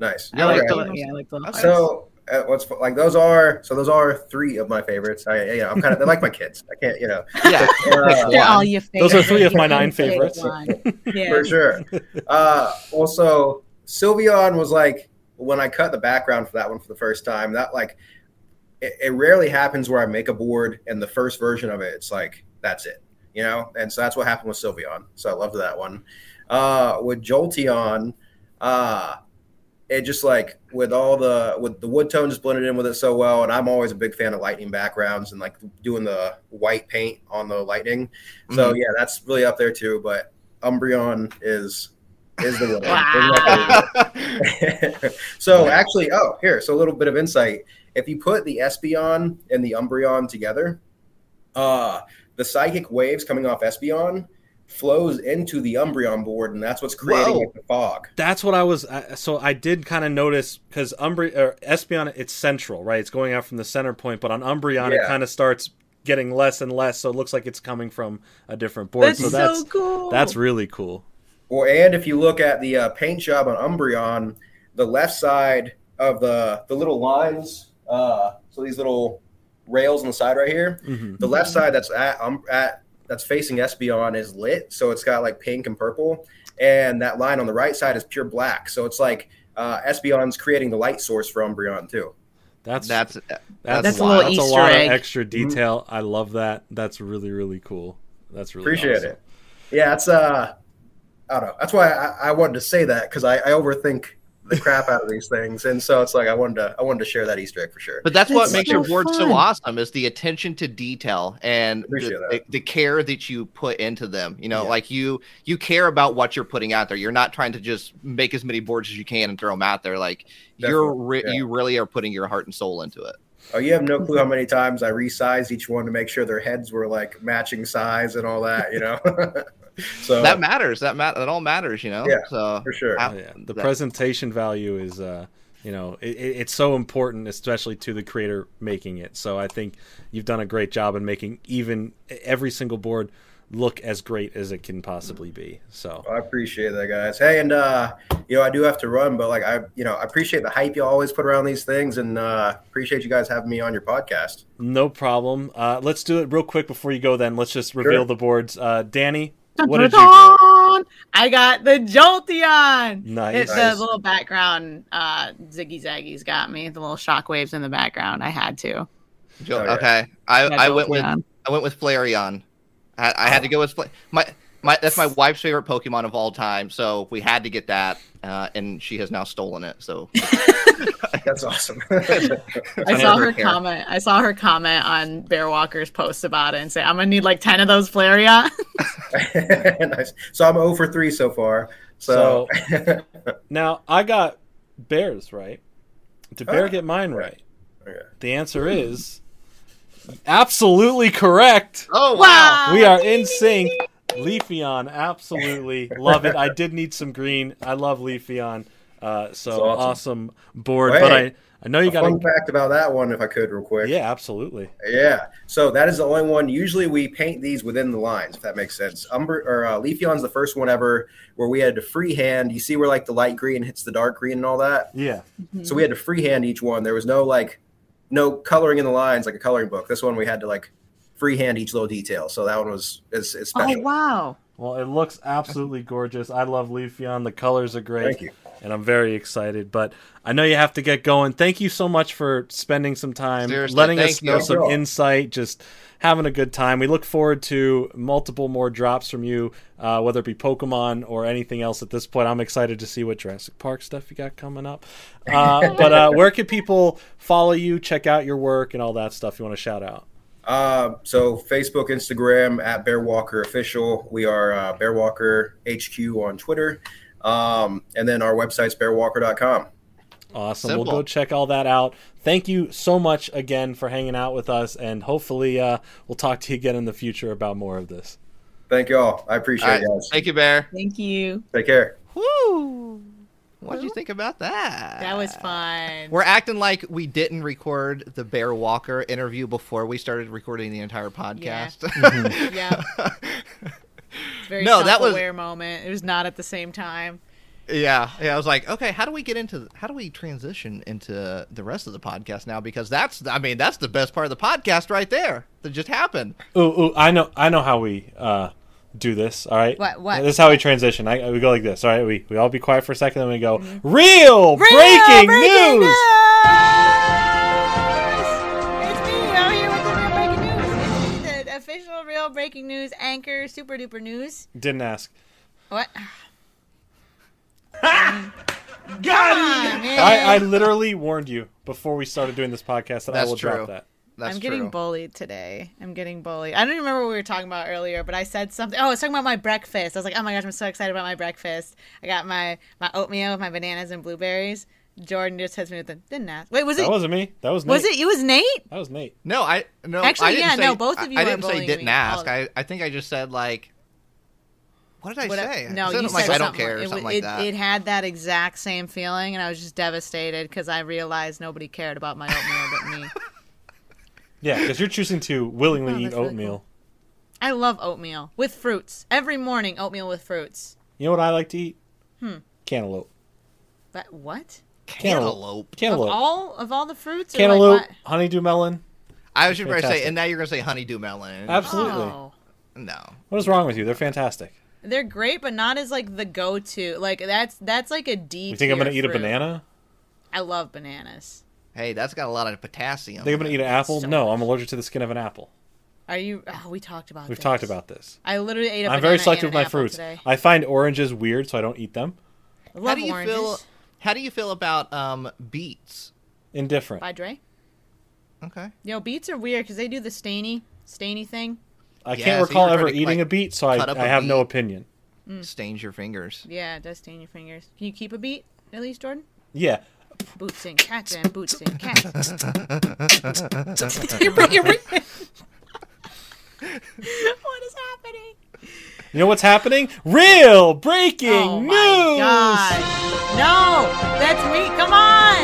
Nice.
I
I like
Okay.
the look. Yeah, I like the look.
Okay.
So uh, what's fu- like those are so those are three of my favorites. I you know I'm kind of they're like my kids. I can't you know
Yeah,
uh,
They're
one.
all your
Those
favorites.
are three of my
Your
nine
favorite
favorites.
one. Yeah.
for sure. Uh, also, Sylveon was like when I cut the background for that one for the first time. That like it, it rarely happens where I make a board and the first version of it, it's like that's it, you know. And so that's what happened with Sylveon. So I loved that one. Uh, with Jolteon, uh, it just like with all the with the wood tone just blended in with it so well and i'm always a big fan of lightning backgrounds and like doing the white paint on the lightning
Mm-hmm.
so yeah that's really up there too but umbreon is is the winner
Wow.
so actually oh here so a little bit of insight if you put the espeon and the umbreon together uh, the psychic waves coming off Espeon flows into the Umbreon board, and that's what's creating
Whoa.
like, the fog.
That's what I was. I, so I did kind of notice because Umbreon or Espeon, it's central, right? It's going out from the center point, but on Umbreon, it
Yeah.
kind of starts getting less and less. So it looks like it's coming from a different board.
That's
so
so,
that's
cool.
that's really cool.
Or and if you look at the uh, paint job on Umbreon, the left side of the the little lines, uh, so these little rails on the side right here,
Mhm.
the
Mm-hmm.
left side that's at um, at that's facing Espeon is lit, so it's got like pink and purple, and that line on the right side is pure black, so it's like uh, Espeon's creating the light source for Umbreon too.
That's that's
That's
that's,
That's
a
a little
that's a
Easter
lot
egg.
of extra detail. I love that. That's really really cool. That's really
Appreciate
awesome.
it. Yeah, it's uh, I don't know. That's why I, I wanted to say that because I, I overthink the crap out of these things, and so it's like I wanted to I wanted to share that Easter egg for sure.
But that's, what
That's
makes
so
your board
fun.
so awesome is the attention to detail and
Appreciate
the, the,
that.
the care that you put into them. You know, like you you care about what you're putting out there. You're not trying to just make as many boards as you can and throw them out there. Like you're re-
Definitely, yeah.
you really are putting your heart and soul into it.
Oh, you have no clue how many times I resized each one to make sure their heads were like matching size and all that, you know. so
that matters. That mat that all matters. You know.
Oh. Yeah,
So
for sure.
I-
Oh, yeah. The
that-
presentation value is, uh, you know, it, it- it's so important, especially to the creator making it. So I think you've done a great job in making even e, every single board look as great as it can possibly be. So
I appreciate that, guys. Hey, and uh, you know, I do have to run, but like I, you know, I appreciate the hype you always put around these things, and uh, appreciate you guys having me on your podcast.
no problem. Uh, let's do it real quick before you go. Then let's just reveal
Sure.
the boards. Uh, Danny,
Dun,
what
dun,
did you get?
dun! I got the Jolteon.
Nice.
It-
Nice.
The little background uh, Ziggy Zaggy's got me. The little shockwaves in the background. I had to.
Jo-
Oh, yeah.
okay, I,
Got
I went with
Jolteon.
I went with Flareon. I, I had to go with Fla- my my that's my wife's favorite Pokemon of all time. So we had to get that, uh, and she has now stolen it. So
That's awesome.
I saw her
Flareon.
comment. I saw her comment on Bear Walker's post about it and say, "I'm gonna need like ten of those Flareon."
nice. So I'm 0 for three so far. So,
So now I got bears right. Did Bear
Ah.
get mine right?
Okay.
The answer is absolutely correct.
oh wow.
wow.
we are in sync. Leafeon, absolutely love it. I did need some green. I love Leafeon. Uh, so
That's
awesome.
awesome.
board,
Wait.
but I I know you
a
got to.
fun fact about that one, if I could, real quick.
Yeah, absolutely.
Yeah. So that is the only one. Usually we paint these within the lines, if that makes sense. Umber or uh, Leafeon's the first one ever where we had to freehand. You see where like the light green hits the dark green and all that.
Yeah,
So we had to freehand each one. There was no like no coloring in the lines like a coloring book. This one we had to like freehand each little detail. So that one was is, is
Oh
special.
wow!
well, it looks absolutely gorgeous. I love Leafeon. The colors are great.
Thank you.
And I'm very excited, but I know you have to get going. Thank you so much for spending some time,
Seriously,
letting
thank
us
you.
know some
Sure.
insight, just having a good time. We look forward to multiple more drops from you, uh, whether it be Pokemon or anything else at this point. I'm excited to see what Jurassic Park stuff you got coming up. Uh, but uh, where can people follow you, check out your work, and all that stuff you want to shout out?
Uh, so Facebook, Instagram at Bear Walker Official. We are uh, Bear Walker HQ on Twitter. Um, and then our website's bearwalker.com.
Awesome. We'll
Simple.
go check all that out. Thank you so much again for hanging out with us, and hopefully uh, we'll talk to you again in the future about more of this.
Thank you all. I appreciate
All right.
it, guys.
Thank you, Bear.
Thank you.
Take care.
Woo! What did you think about that?
That was fun.
Uh, We're acting like we didn't record the Bear Walker interview before we started recording the entire podcast. Mm-hmm.
yeah. It's Very
No, that was-
self-aware moment. It was not at the same time.
Yeah, yeah. I was like, okay, how do we get into how do we transition into the rest of the podcast now? Because that's, I mean, that's the best part of the podcast right there that just happened.
Ooh, ooh, I know, I know how we uh, do this. All right,
What- what?
This is how we transition. I, we go like this. All right, we we all be quiet for a second, then we go
Mm-hmm.
real, breaking, news.
It's me, out here with the real breaking news. It's me, the official real breaking news anchor, super duper news.
Didn't ask.
What?
God,
Ah, man.
I, I literally warned you before we started doing this podcast that I
That's
will
true.
drop that.
That's
I'm getting
true.
bullied today. I'm getting bullied. I don't remember what we were talking about earlier, but I said something. Oh, I was talking about my breakfast. I was like, oh my gosh, I'm so excited about my breakfast. I got my, my oatmeal with my bananas and blueberries. Jordan just hits me with the didn't ask. Wait, was it
That wasn't me. That was Nate.
was it you was Nate?
That was Nate.
No, I no.
Actually,
I didn't
yeah,
say,
no, both of you
I, I
are
didn't say
bullying
didn't
me.
ask.
Oh.
I, I think I just said like, what did I
What-
say?
No,
I said
you
it like
said
I don't
something
care or
it,
something like
it,
that.
It had that exact same feeling, and I was just devastated because I realized nobody cared about my oatmeal but me.
Yeah, because you're choosing to willingly
Oh,
eat
that's really
oatmeal.
cool. I love oatmeal with fruits every morning. Oatmeal with fruits.
You know what I like to eat?
Hmm.
Cantaloupe.
But what?
Cantaloupe.
Cantaloupe.
Of all of all the fruts, or
Cantaloupe,
Like what?
honeydew melon.
I was just going to say,
Fantastic.
and now you're going to say honeydew melon.
Absolutely.
Oh.
No.
What is wrong with you? They're fantastic.
They're great, but not as like the go-to. Like that's that's like a D.
You think I'm
tier
going to eat a
fruit.
banana?
I love bananas.
Hey, that's got a lot of potassium.
Think I'm going to eat an apple? No, I'm allergic to the skin of an apple.
Are you? Oh, we talked about.
We've
this.
talked about this.
I literally ate a
I'm
banana
very selective with
and
my
an apple
fruits.
Today.
I find oranges weird, so I don't eat them.
I
How
love
do you
oranges.
feel? How do you feel about um beets?
Indifferent.
By Dre. Mm.
Okay.
Yo, beets are weird because they do the stainy, stainy thing.
I
Yeah,
can't
so
recall
you're
ever
trying to, like,
eating a beet, so I,
cut up
I
a
have no
beet.
opinion.
Stains your fingers.
Yeah, it does stain your fingers. Can you keep a beet at least, Jordan?
Yeah.
Boots and cats and boots and cats. what is happening?
You know what's happening? Real breaking
Oh
news!
my god! No, that's me. Come on.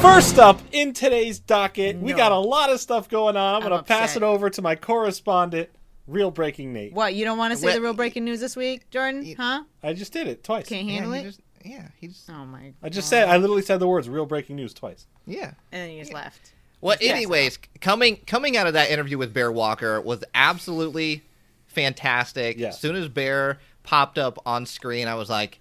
First up in today's docket, we
No.
got a lot of stuff going on. I'm,
I'm
going to pass
upset.
it over to my correspondent, Real Breaking Nate.
What? You don't want to say
Wait,
the real breaking news this week, Jordan? Huh?
I just did it twice.
Can't handle
Yeah,
it.
he just, yeah, he just,
Oh my.
I just
God.
said, I literally said the words Real Breaking News twice.
yeah.
and then you just left.
Well, anyways, coming coming out of that interview with Bear Walker was absolutely fantastic.
Yeah.
As soon as Bear popped up on screen, I was like,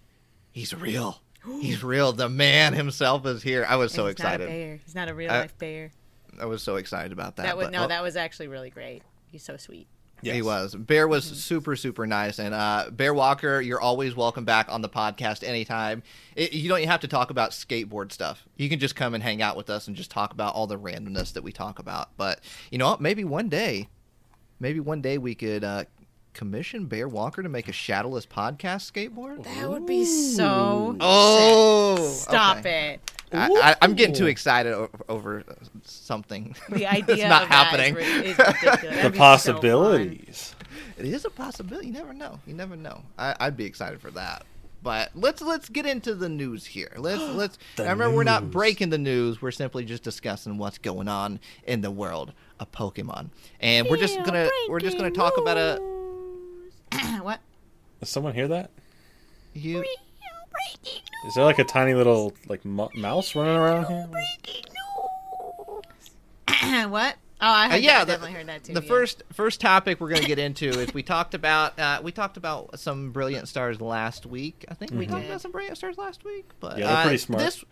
"He's real. He's real. The man himself is here." I was so
He's Not a
excited. Uh,
bear. He's not a real
I-
life bear.
I was so excited about that.
That was
but-
no.
oh,
That was actually really great. He's so sweet.
He was. Bear was super, super nice. And uh, Bear Walker, you're always welcome back on the podcast anytime. It, you don't have to talk about skateboard stuff. You can just come and hang out with us and just talk about all the randomness that we talk about. But you know what? Maybe one day, maybe one day we could uh, commission Bear Walker to make a shadowless podcast skateboard.
That would be so.
Oh,
Stop it.
I, I, I'm getting too
Ooh.
exted o- over something.
The idea
it's not
of
happening.
That is, ri- is ridiculous.
The
That'd be so fun.
possibilities.
It is a possibility. You never know. You never know. I, I'd be excited for that. But let's let's get into the news here. Let's let's. now remember, we're not breaking the news. We're simply just discussing what's going on in the world of Pokemon, and we're just gonna we're just gonna talk about a
what?
Does someone hear that?
you.
Is there like a tiny little like mo- mouse running around here?
what? Oh, I heard
Uh, yeah,
that. I
the,
definitely heard that too.
the
yeah.
first first topic we're going to get into is we talked about uh, we talked about some brilliant stars last week. I think we talked
Mhm.
about some brilliant stars last week, but
Yeah, they're
uh,
pretty smart.
This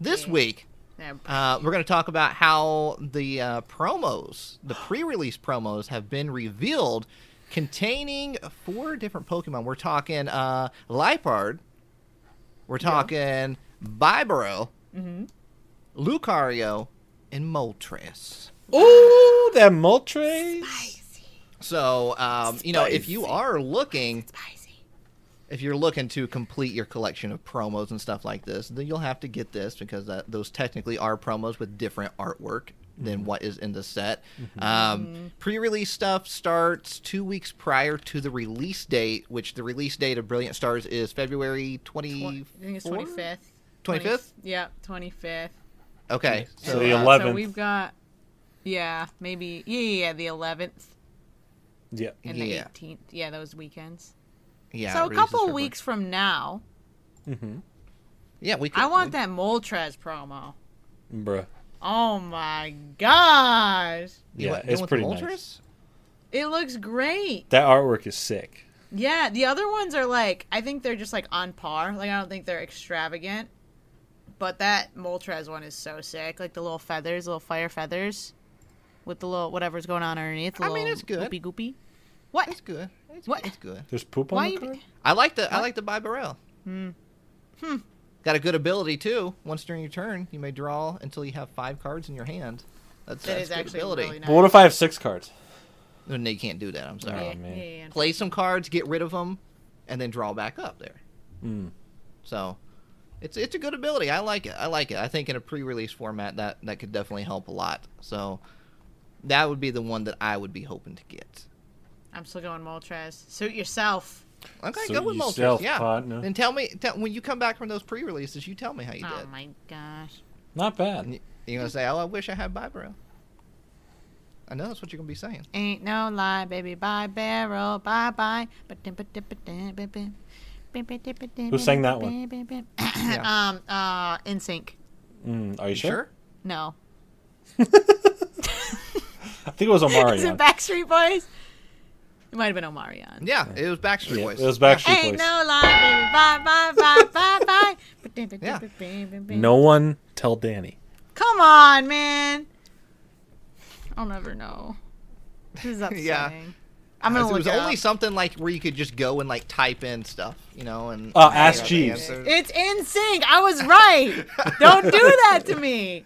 this week
Yeah.
Uh, we're going to talk about how the uh, promos, the pre-release promos, have been revealed, containing four different Pokemon. We're talking uh, Lipard, we're talking Bibaro, Lucario, and Moltres.
Ooh, that Moltres.
So, um, you know, if you are looking, if you're looking to complete your collection of promos and stuff like this, then you'll have to get this because that, those technically are promos with different artwork
Mm-hmm.
than what is in the set.
Mm-hmm.
Um, pre-release stuff starts two weeks prior to the release date, which the release date of Brilliant Stars is February
Twen-
twenty.
I think it's 25th.
25th?
Yeah, 25th.
Okay,
So the
uh,
11th.
So we've got, yeah, maybe, yeah, yeah, yeah, the 11th
Yeah.
and
Yeah.
the 18th. Yeah, those weekends.
yeah,
so a
release is
couple
February.
weeks from now,
Yeah, we. Could,
I want that Moltres promo.
Bruh.
Oh my gosh.
You
Yeah,
want- you
it's
want the
pretty nice.
Moltres?
It looks great.
That artwork is sick.
Yeah, the other ones are like, I think they're just like on par. Like, I don't think they're extravagant. But that Moltres one is so sick. Like the little feathers, little fire feathers with the little whatever's going on underneath. The
I mean,
little
it's good.
Goopy goopy. What?
It's good. It's,
What?
it's good.
There's poop on
Why
the
you-
card?
I like the I like the Bibarel. Hmm. Got a good ability too. Once during your turn, you may draw until you have five cards in your hand. That's,
That
that's
is
good
actually
ability. Oh,
really nice.
But what if I have six cards?
No, no, you can't do that. I'm sorry.
Yeah,
Oh, man.
yeah, yeah, yeah.
Hmm.
Play some cards, get rid of them, and then draw back up there. So, It's it's a good ability. I like it. I like it. I think in a pre-release format that that could definitely help a lot. So that would be the one that I would be hoping to get.
I'm still going Moltres. Suit yourself.
Okay,
So
go with Moltres.
yourself,
Yeah.
partner.
And tell me tell, when you come back from those pre-releases, you tell me how you
Oh
did.
my gosh.
Not bad.
And You're gonna say, "Oh, I wish I had Vibro." I know that's what you're gonna be saying.
Ain't no lie, baby. Bye, barrel. Bye, bye. Who
Who sang that one?
Yeah.
Um, uh, In Sync.
Mm, are you sure?
No.
I think it was
Is it
Omarion.
Backstreet Boys? It might have been Omarion.
Yeah, it was Backstreet
Yeah,
Boys.
it was Backstreet
Ain't
Boys.
no lie, baby. Bye, bye, bye, bye, bye.
No one tell Danny.
Come on, man. I'll never know. This is upsetting.
Yeah.
I'm gonna
It
look
was
it
only
up.
something like where you could just go and like type in stuff, you know, and
Oh, Ask
you know, the
Jeeves.
answers.
It's in sync. I was right. Don't do that to me.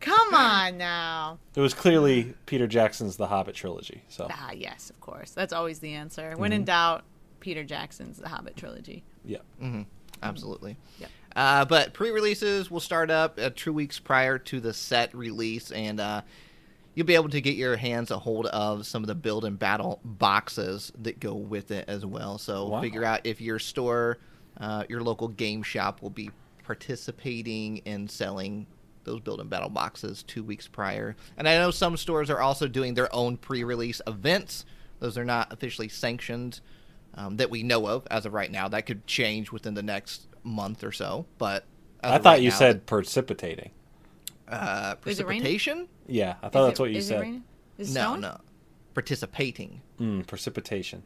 Come on now.
It was clearly Peter Jackson's The Hobbit trilogy. So
Ah, yes, of course. That's always the answer. When
Mm-hmm.
in doubt, Peter Jackson's The Hobbit trilogy.
yeah,
Absolutely.
Yep.
Uh, but pre-releases will start up uh, two weeks prior to the set release, and uh, you'll be able to get your hands a hold of some of the build and battle boxes that go with it as well. So
Wow.
figure out if your store, uh, your local game shop, will be participating in selling those build and battle boxes two weeks prior. And I know some stores are also doing their own pre-release events. Those are not officially sanctioned um, that we know of as of right now. That could change within the next month or so. But as
I
of
thought
right
you
now,
said precipitating.
uh,
Is it raining?
precipitation.
Yeah, I thought
Is
that's
it-
what you
is it
said.
raining? Is it
No,
snowing?
no, participating.
Mm, precipitation.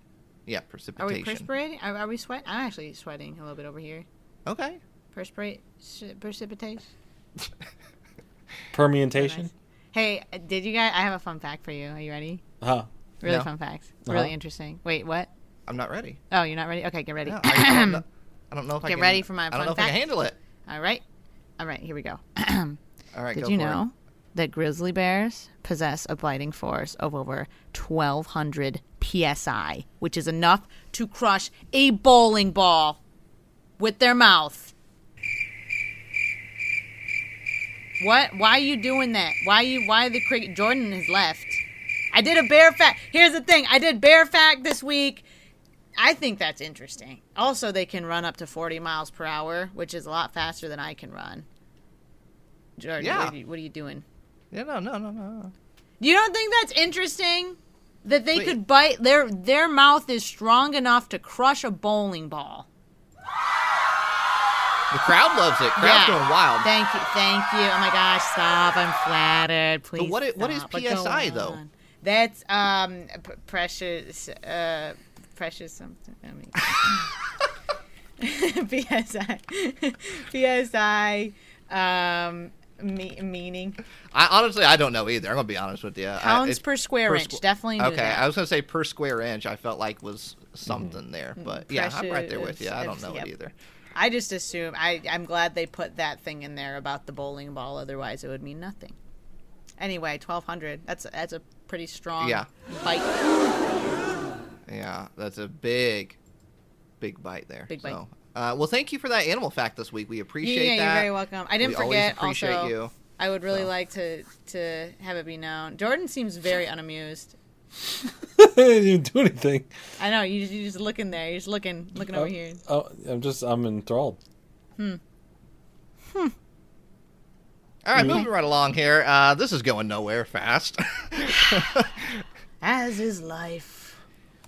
Yeah,
Are we
precipitation.
perspiring? Are, are we sweating? I'm actually sweating a little bit over here.
okay.
Perspirate, precipitation.
Permutation?
Hey, uh, did you guys? I have a fun fact for you. Are you ready?
Huh.
Really
No.
fun facts.
Uh-huh.
Really interesting. Wait, what?
I'm not ready.
Oh, you're not ready? Okay, get ready.
No, I, I don't know, I don't know if I
Get
can.
ready for my
I don't
fun
know if I
fact.
can handle it.
All right. All right, here we go.
All right.
Did
go
you
for it.
know that grizzly bears possess a biting force of over 1,200 psi, which is enough to crush a bowling ball with their mouth? What? Why are you doing that? Why you? Why the cricket? Jordan has left. I did a bear fact. Here's the thing. I did bear fact this week. I think that's interesting. Also, they can run up to 40 miles per hour, which is a lot faster than I can run. Jordan,
Yeah.
what, are you, what are you doing?
Yeah. No. No. No. No.
You don't think that's interesting? That they
Wait.
could bite their their mouth is strong enough to crush a bowling ball.
The crowd loves it. Crowd's going wild.
Thank you, thank you. Oh my gosh, stop! I'm flattered. Please.
what i- what is
stop. But go
PSI though?
on. That's um p- precious, uh, precious something. I mean, PSI, PSI, um, me- meaning
I honestly, I don't know either. I'm gonna be honest with you. I-
pounds
it-
per square inch.
Uh, squ-
Definitely knew
Okay,
that.
I was gonna say per square inch. I felt like was something there, but yeah, I'm right there with you. I don't
Mm-hmm.
know
Precious, yep.
it either.
I just assume I, I'm glad they put that thing in there about the bowling ball. Otherwise, it would mean nothing. Anyway, twelve hundred. That's that's a pretty strong
Yeah.
bite.
Yeah, that's a big, big bite there.
Big bite.
So, uh, well, thank you for that animal fact this week. We appreciate
Yeah,
that.
you're very welcome. I didn't
We always
forget.
appreciate
also,
you.
I would really
So.
like to to have it be known. Jordan seems very unamused.
didn't do anything.
I know you. You just looking there. You're just looking looking over here.
Oh, I'm just, I'm enthralled.
All
Mm-hmm.
right, moving right along here. Uh, this is going nowhere fast.
As is life.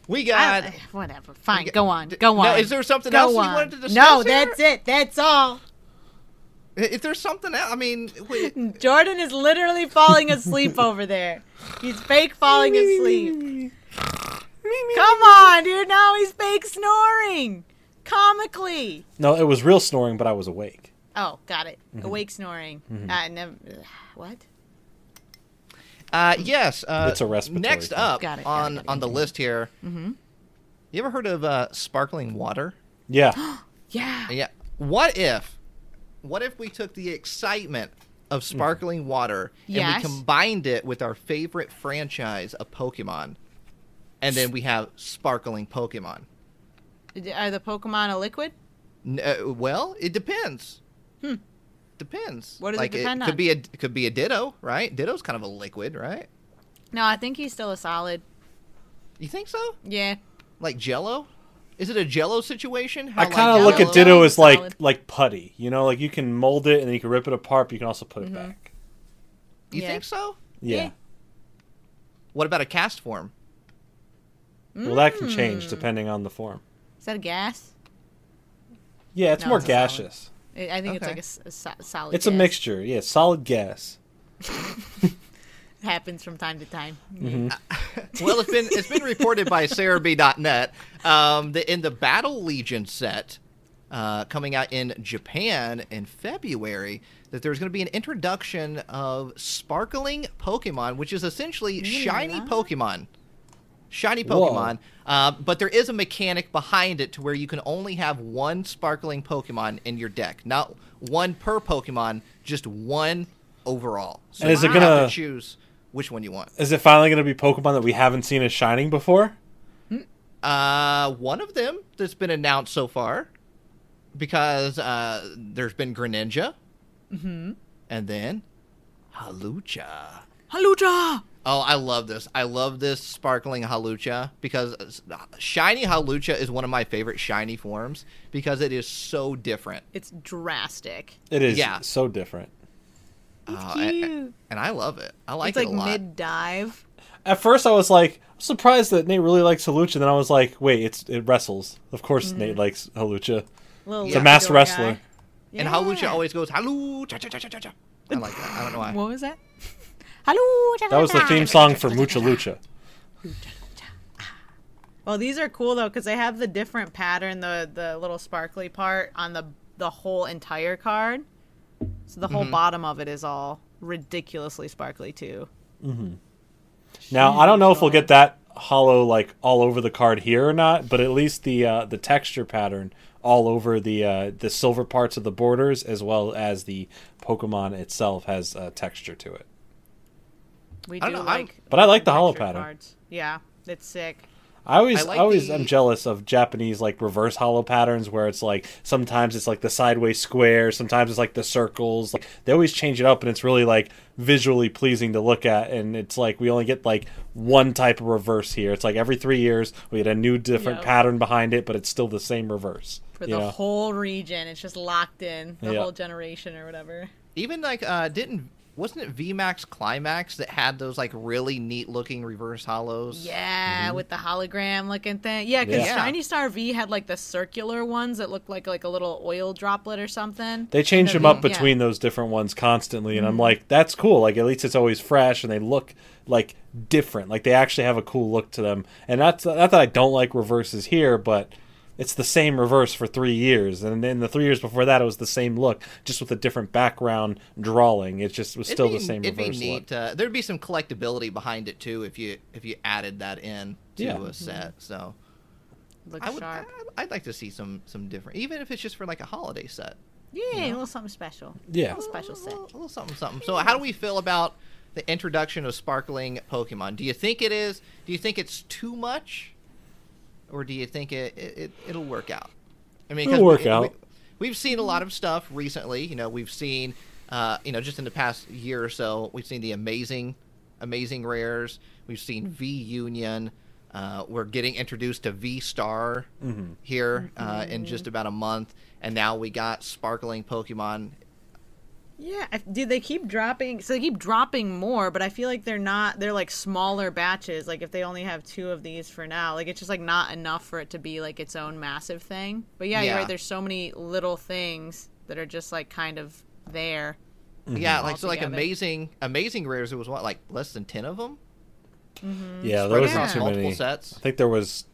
we
I-
got.
whatever. Fine.
Okay.
Go on.
D-
Go on.
no, is there something
Go
else you
on.
wanted to discuss
No,
here?
that's it. That's all.
If there's something else, I mean, wait,
Mm. Jordan is literally falling asleep over there. He's fake falling asleep. Come on, dude. Now he's fake snoring. Comically.
No, it was real snoring, but I was awake.
Oh, got it. Awake snoring. Uh, never, what?
uh, yes. Uh,
It's a respiratory
Next
thing.
up
Got it, got it,
on
got it.
on the list here. Mm-hmm. You ever heard of uh, sparkling water?
Yeah.
Oh Yeah.
Yeah. What if, what if we took the excitement
Mm.
of sparkling water and
Yes.
we combined it with our favorite franchise of Pokemon, and then we have sparkling Pokemon.
Are the Pokemon a liquid?
N- uh, well, it depends. Depends.
Hmm. What does it
like,
depend
it could
on?
be a could be a ditto, right? Ditto's kind of a liquid, right?
No, I think he's still a solid.
You think so?
Yeah.
Like Jello? Is it a Jello situation? How,
I
like,
kind of look at
yellow
Ditto
and
as like
solid.
like putty. You know, like you can mold it and then you can rip it apart, but you can also put it back.
You
Mm-hmm. Yeah.
think so?
Yeah.
What about a cast form?
Well, that can change depending on the form.
Mm. Is that a gas?
Yeah, it's
No,
more
it's a solid.
gaseous.
I I
Okay.
think it's like a s- a, so- solid.
It's a
gas.
mixture. Yeah, solid gas.
It happens from time to time.
Mm.
Well, it's been it's been reported by SarahB.net um, that in the Battle Legion set uh, coming out in Japan in February that there's going to be an introduction of sparkling Pokemon, which is essentially shiny Pokemon. Shiny
Whoa.
Pokemon, uh, but there is a mechanic behind it to where you can only have one sparkling Pokemon in your deck, not one per Pokemon, just one overall. So
And is
you
it
have
gonna-
to choose which one you want?
Is it finally going to be Pokemon that we haven't seen as shining before?
Uh, one of them that's been announced so far, because uh, there's been Greninja, mm-hmm. and then Halucha.
Halucha!
Oh, I love this! I love this sparkling Halucha because s- shiny Halucha is one of my favorite shiny forms because it is so different.
It's drastic.
It is
Yeah.
so different.
Uh, and-
cute.
and I love it. I like
it's
it
like
a lot.
mid dive.
At first, I was like I'm surprised that Nate really likes Halucha. Then I was like, wait, it's it wrestles. Of course, Nate likes Halucha.
Little
It's a master wrestler.
And Halucha always goes Halucha. cha, cha, cha, cha, cha." I like that. I don't know why.
What was that? Halucha!
That was the theme song for Mucha Lucha.
Well, these are cool though because they have the different pattern, the the little sparkly part on the the whole entire card. So the whole
Mm-hmm.
bottom of it is all ridiculously sparkly too.
Now I don't know if we'll get that hollow like all over the card here or not, but at least the uh, the texture pattern all over the uh, the silver parts of the borders as well as the Pokemon itself has uh, texture to it.
We
I
do
don't know, I'm-
like.
But I like the hollow
textured
pattern.
cards. Yeah, it's sick.
I always,
I
I
like
always,
the-
am jealous of Japanese like reverse hollow patterns where it's like sometimes it's like the sideways square, sometimes it's like the circles. Like they always change it up, and it's really like visually pleasing to look at. And it's like we only get like one type of reverse here. It's like every three years we get a new different
Yep.
pattern behind it, but it's still the same reverse.
For
you
the
know?
whole region, it's just locked in the
Yeah.
whole generation or whatever.
even like uh didn't wasn't it VMAX Climax that had those like really neat looking reverse hollows?
Yeah,
Mm-hmm.
with the hologram looking thing. Yeah, because
Yeah.
Shiny Star V had like the circular ones that looked like like a little oil droplet or something.
They change
And
them
the-
up
yeah.
between those different ones constantly, and I'm like, that's cool. Like at least it's always fresh, and they look like different. Like they actually have a cool look to them. And that's not that I don't like reverses here, but it's the same reverse for three years, and then the three years before that, it was the same look, just with a different background drawing. It just was
It'd
still
be-
the same
it'd
reverse
be neat.
look.
Uh, there'd be some collectability behind it too if you if you added that in to
Yeah.
a set. So
Look
I would I,
Mm-hmm. sharp.
I'd like to see some some different, even if it's just for like a holiday set.
yeah, a little something special.
Yeah.
A special
A
set.
little, a little something something. So how do we feel about the introduction of sparkling Pokemon? Do you think it is? Do you think it's too much, or do you think it it, it it'll work out? I mean, 'cause
It'll work
we,
out.
We, have seen a lot of stuff recently. You know, we've seen, uh, you know, just in the past year or so, we've seen the amazing, amazing rares. We've seen V Union. Uh, we're getting introduced to V Star
Mm-hmm.
here uh, in just about a month, and now we got sparkling Pokemon
Yeah, I, dude, they keep dropping. So they keep dropping more, but I feel like they're not. They're like smaller batches. Like if they only have two of these for now, like it's just like not enough for it to be like its own massive thing. But yeah,
Yeah.
you're right. There's so many little things that are just like kind of there.
Mm-hmm.
Yeah, like so, like
Altogether.
amazing, amazing rares. It was what, like less than ten of them?
Yeah, Oh, there
Spread
wasn't
across
too
multiple
many.
sets.
I think there was,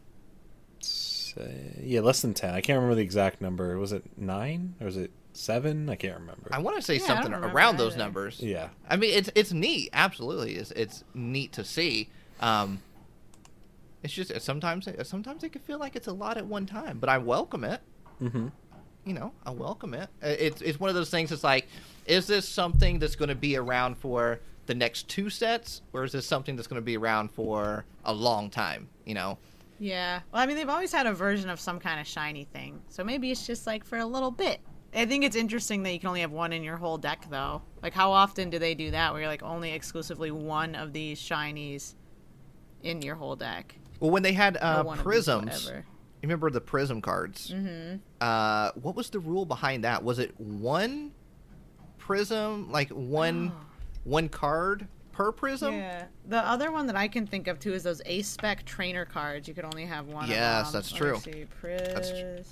uh, yeah, less than ten. I can't remember the exact number. Was it nine or was it seven? I can't remember.
I want to say
I
something
don't remember
around those
either.
numbers.
yeah.
I mean, it's it's neat. Absolutely, it's it's neat to see. Um, it's just uh, sometimes uh, sometimes it can feel like it's a lot at one time, but I welcome it. Mm-hmm. You know, I welcome it. Uh, It's it's one of those things. that's like, is this something that's going to be around for the next two sets, or is this something that's going to be around for a long time? You know,
Yeah. Well, I mean, they've always had a version of some kind of shiny thing. So maybe it's just like for a little bit. I think it's interesting that you can only have one in your whole deck, though. Like, how often do they do that where you're like only exclusively one of these shinies in your whole deck?
Well, when they had
Or
uh,
one of these,
prisms,
whatever.
You remember the prism cards? Mm-hmm. Uh, what was the rule behind that? Was it one prism, like one one card per prism?
Oh. Yeah. The other one that I can think of too is those ace spec trainer cards. You could only have one.
Yes,
of them.
that's
Let me
true.
See.
That's tr-
Priz-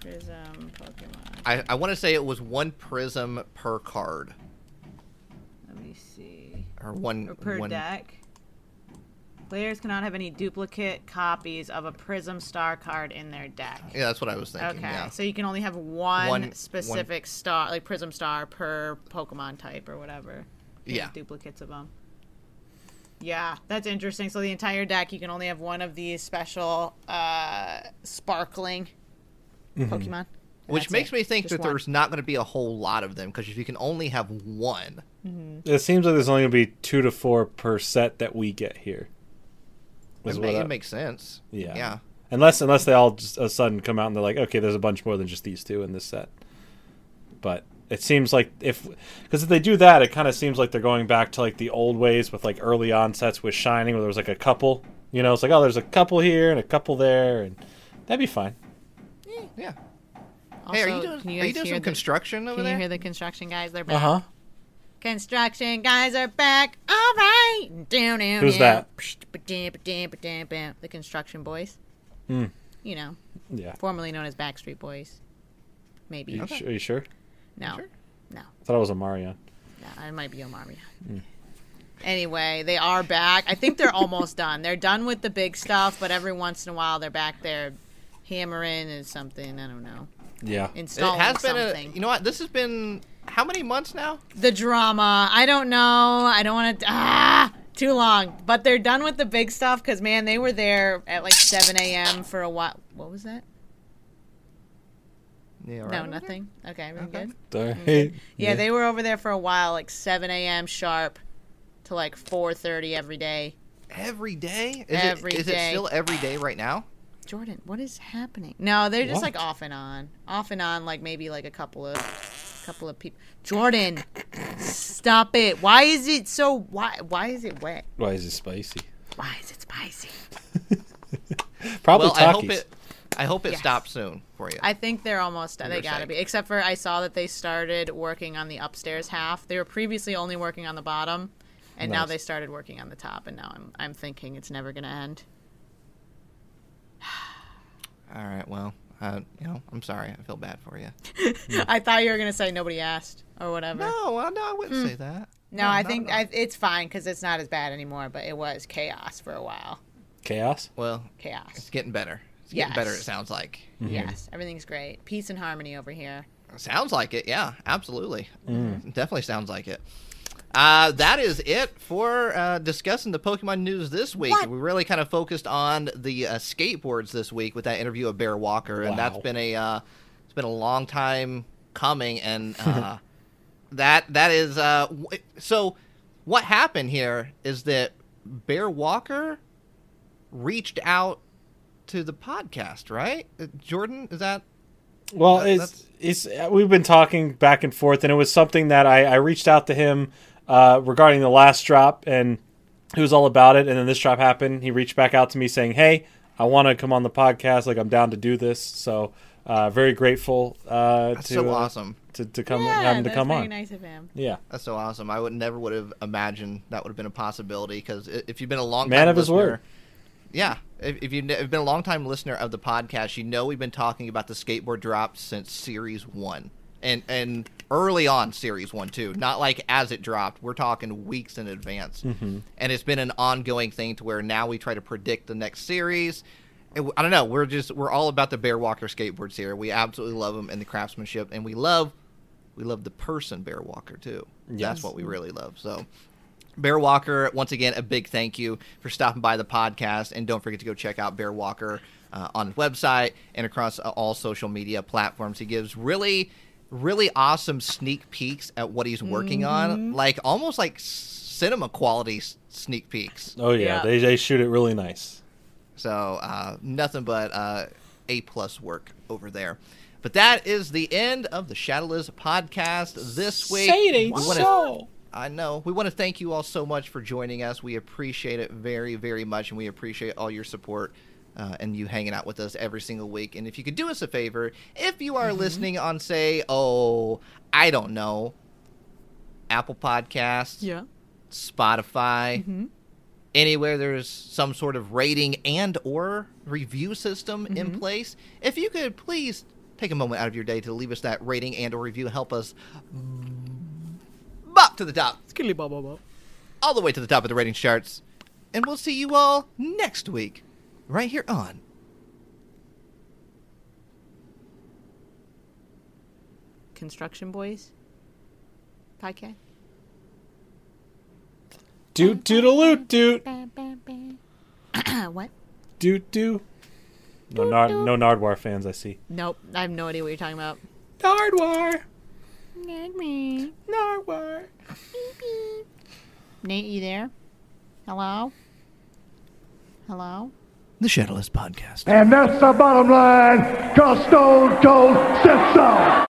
Prism Pokemon.
I, I want to say it was one prism per card,
Let me see.
or one
Or Oh, per
one-
deck. Players cannot have any duplicate copies of a Prism Star card in their deck.
Yeah, that's what I was thinking.
Okay,
Yeah.
so you can only have one,
One-
specific star, like Prism Star, per Pokemon type or whatever. There's
Yeah.
duplicates of them. Yeah, that's interesting. So the entire deck, you can only have one of these special uh, sparkling
Mm-hmm.
Pokemon.
Which
That's
makes
it.
me think
Just
that
one.
there's not going to be a whole lot of them because if you can only have one,
It seems like there's only gonna be two to four per set that we get here. Is
it,
what
ma-
I-
it makes sense.
Yeah.
Yeah.
Unless unless they all just a sudden come out and they're like, okay, there's a bunch more than just these two in this set. But it seems like if because if they do that, it kind of seems like they're going back to like the old ways with like early onsets with Shining, where there was like a couple. You know, it's like oh, there's a couple here and a couple there, and that'd be fine.
Yeah.
Also,
Hey, are you doing,
can you
are you
guys
doing
hear
some
the-
construction over
Can
there?
you hear the construction guys? They're back.
Uh-huh.
Construction guys are back. All right. Down, down,
Who's
down.
that?
Psh, ba-dam, ba-dam, ba-dam, bam. The construction boys.
Hmm.
You know,
Yeah.
formerly known as Backstreet Boys. Maybe.
You su- Are you sure?
No.
I thought it was a Marion.
No, I might be Omarion.
Hmm.
Anyway, they are back. I think they're almost done. They're done with the big stuff, but every once in a while they're back there hammering and something. I don't know.
Yeah.
Installing
it has been
something.
a. You know what? This has been how many months now?
the drama. I don't know. I don't want to. Ah, too long. But they're done with the big stuff because man, they were there at like 7 a.m. for a while. What was that?
Yeah.
No,
right.
nothing. Okay, everything good.
Sorry.
Yeah, they were over there for a while, like 7 a.m. sharp to like 4:30 every day.
Every day? Is
Every
it, is
day.
it still every day right now?
Jordan, what is happening? No, they're just
What?
like off and on, off and on, like maybe like a couple of, couple of people. Jordan, stop it! Why is it so? Why? Why is it wet?
Why is it spicy?
Why is it spicy?
Probably
Well, I hope
Takis.
it. I hope it
Yes.
stops soon for you.
I think they're almost done. They
were
gotta
saying.
be. Except for I saw that they started working on the upstairs half. They were previously only working on the bottom, and now
Nice.
they started working on the top. And now I'm I'm thinking it's never gonna end.
All right. Well, uh, you know, I'm sorry. I feel bad for you.
I thought you were gonna say nobody asked or whatever.
No, uh, no, I wouldn't say that.
Hmm. No, I
not
think
at all.
I, it's fine because it's not as bad anymore. But it was chaos for a while.
Chaos.
Well,
Chaos.
it's getting better. It's getting better. It
Yes.
sounds like.
Yes, everything's great. Peace and harmony over here.
Sounds like it. Yeah, absolutely.
Mm.
Definitely sounds like it. Uh, that is it for uh, discussing the Pokemon news this week.
What?
We really kind of focused on the uh, skateboards this week with that interview of Bear Walker, and that's
Wow.
been a uh, it's been a long time coming. And uh, that that is uh, w- so. What happened here is that Bear Walker reached out to the podcast, right? Uh, Jordan, is that
Well,
That-
it's it's uh, we've been talking back and forth, and it was something that I, I reached out to him uh, regarding the last drop, and he was all about it. And then this drop happened. He reached back out to me saying, "Hey, I want to come on the podcast. Like, I'm down to do this." So, uh, very grateful uh,
that's
to
so
uh,
awesome?
to, to come having to
that's
come
very
on.
nice of him.
Yeah,
That's so awesome. I would never would have imagined that would have been a possibility because if you've been a long
Man
time
of his
listener-
word.
yeah. If, if you've ne- if you've been a long time listener of the podcast, you know we've been talking about the skateboard drop since series one, and and early on series one too. Not like as it dropped. We're talking weeks in advance,
Mm-hmm.
and it's been an ongoing thing to where now we try to predict the next series. And w- I don't know. We're just we're all about the Bear Walker skateboards here. We absolutely love them and the craftsmanship, and we love we love the person Bear Walker too. That's what we really love. So Bear Walker, once again, a big thank you for stopping by the podcast. And don't forget to go check out Bear Walker uh, on his website and across uh, all social media platforms. He gives really, really awesome sneak peeks at what he's working on, like almost like cinema quality s- sneak peeks.
oh yeah,
Yeah.
They, they shoot it really nice.
So uh, nothing but uh, A plus work over there. But that is the end of the Shadowless podcast this week.
Say it ain't
We wanna-
so.
I know. We want to thank you all so much for joining us. We appreciate it very, very much, and we appreciate all your support uh, and you hanging out with us every single week. And if you could do us a favor, if you
Mm-hmm.
are listening on, say, oh, I don't know, Apple Podcasts,
Yeah.
Mm-hmm.
Spotify, anywhere there's some sort of rating and or review system in place, if you could please take a moment out of your day to leave us that rating and or review, help us bop to the top
Skiddly bop bop bop.
all the way to the top of the ratings charts. And we'll see you all next week, right here on.
Construction Boys podcast.
Doot doodaloot doot
what?
doot doot.
No, Nard, no Nardwar fans, I see.
Nope. I have no idea what you're talking about.
Nardwar.
Nate,
Nardwar.
you there? Hello? Hello?
The Shadowless Podcast.
And that's the bottom line, because Stone Cold said so.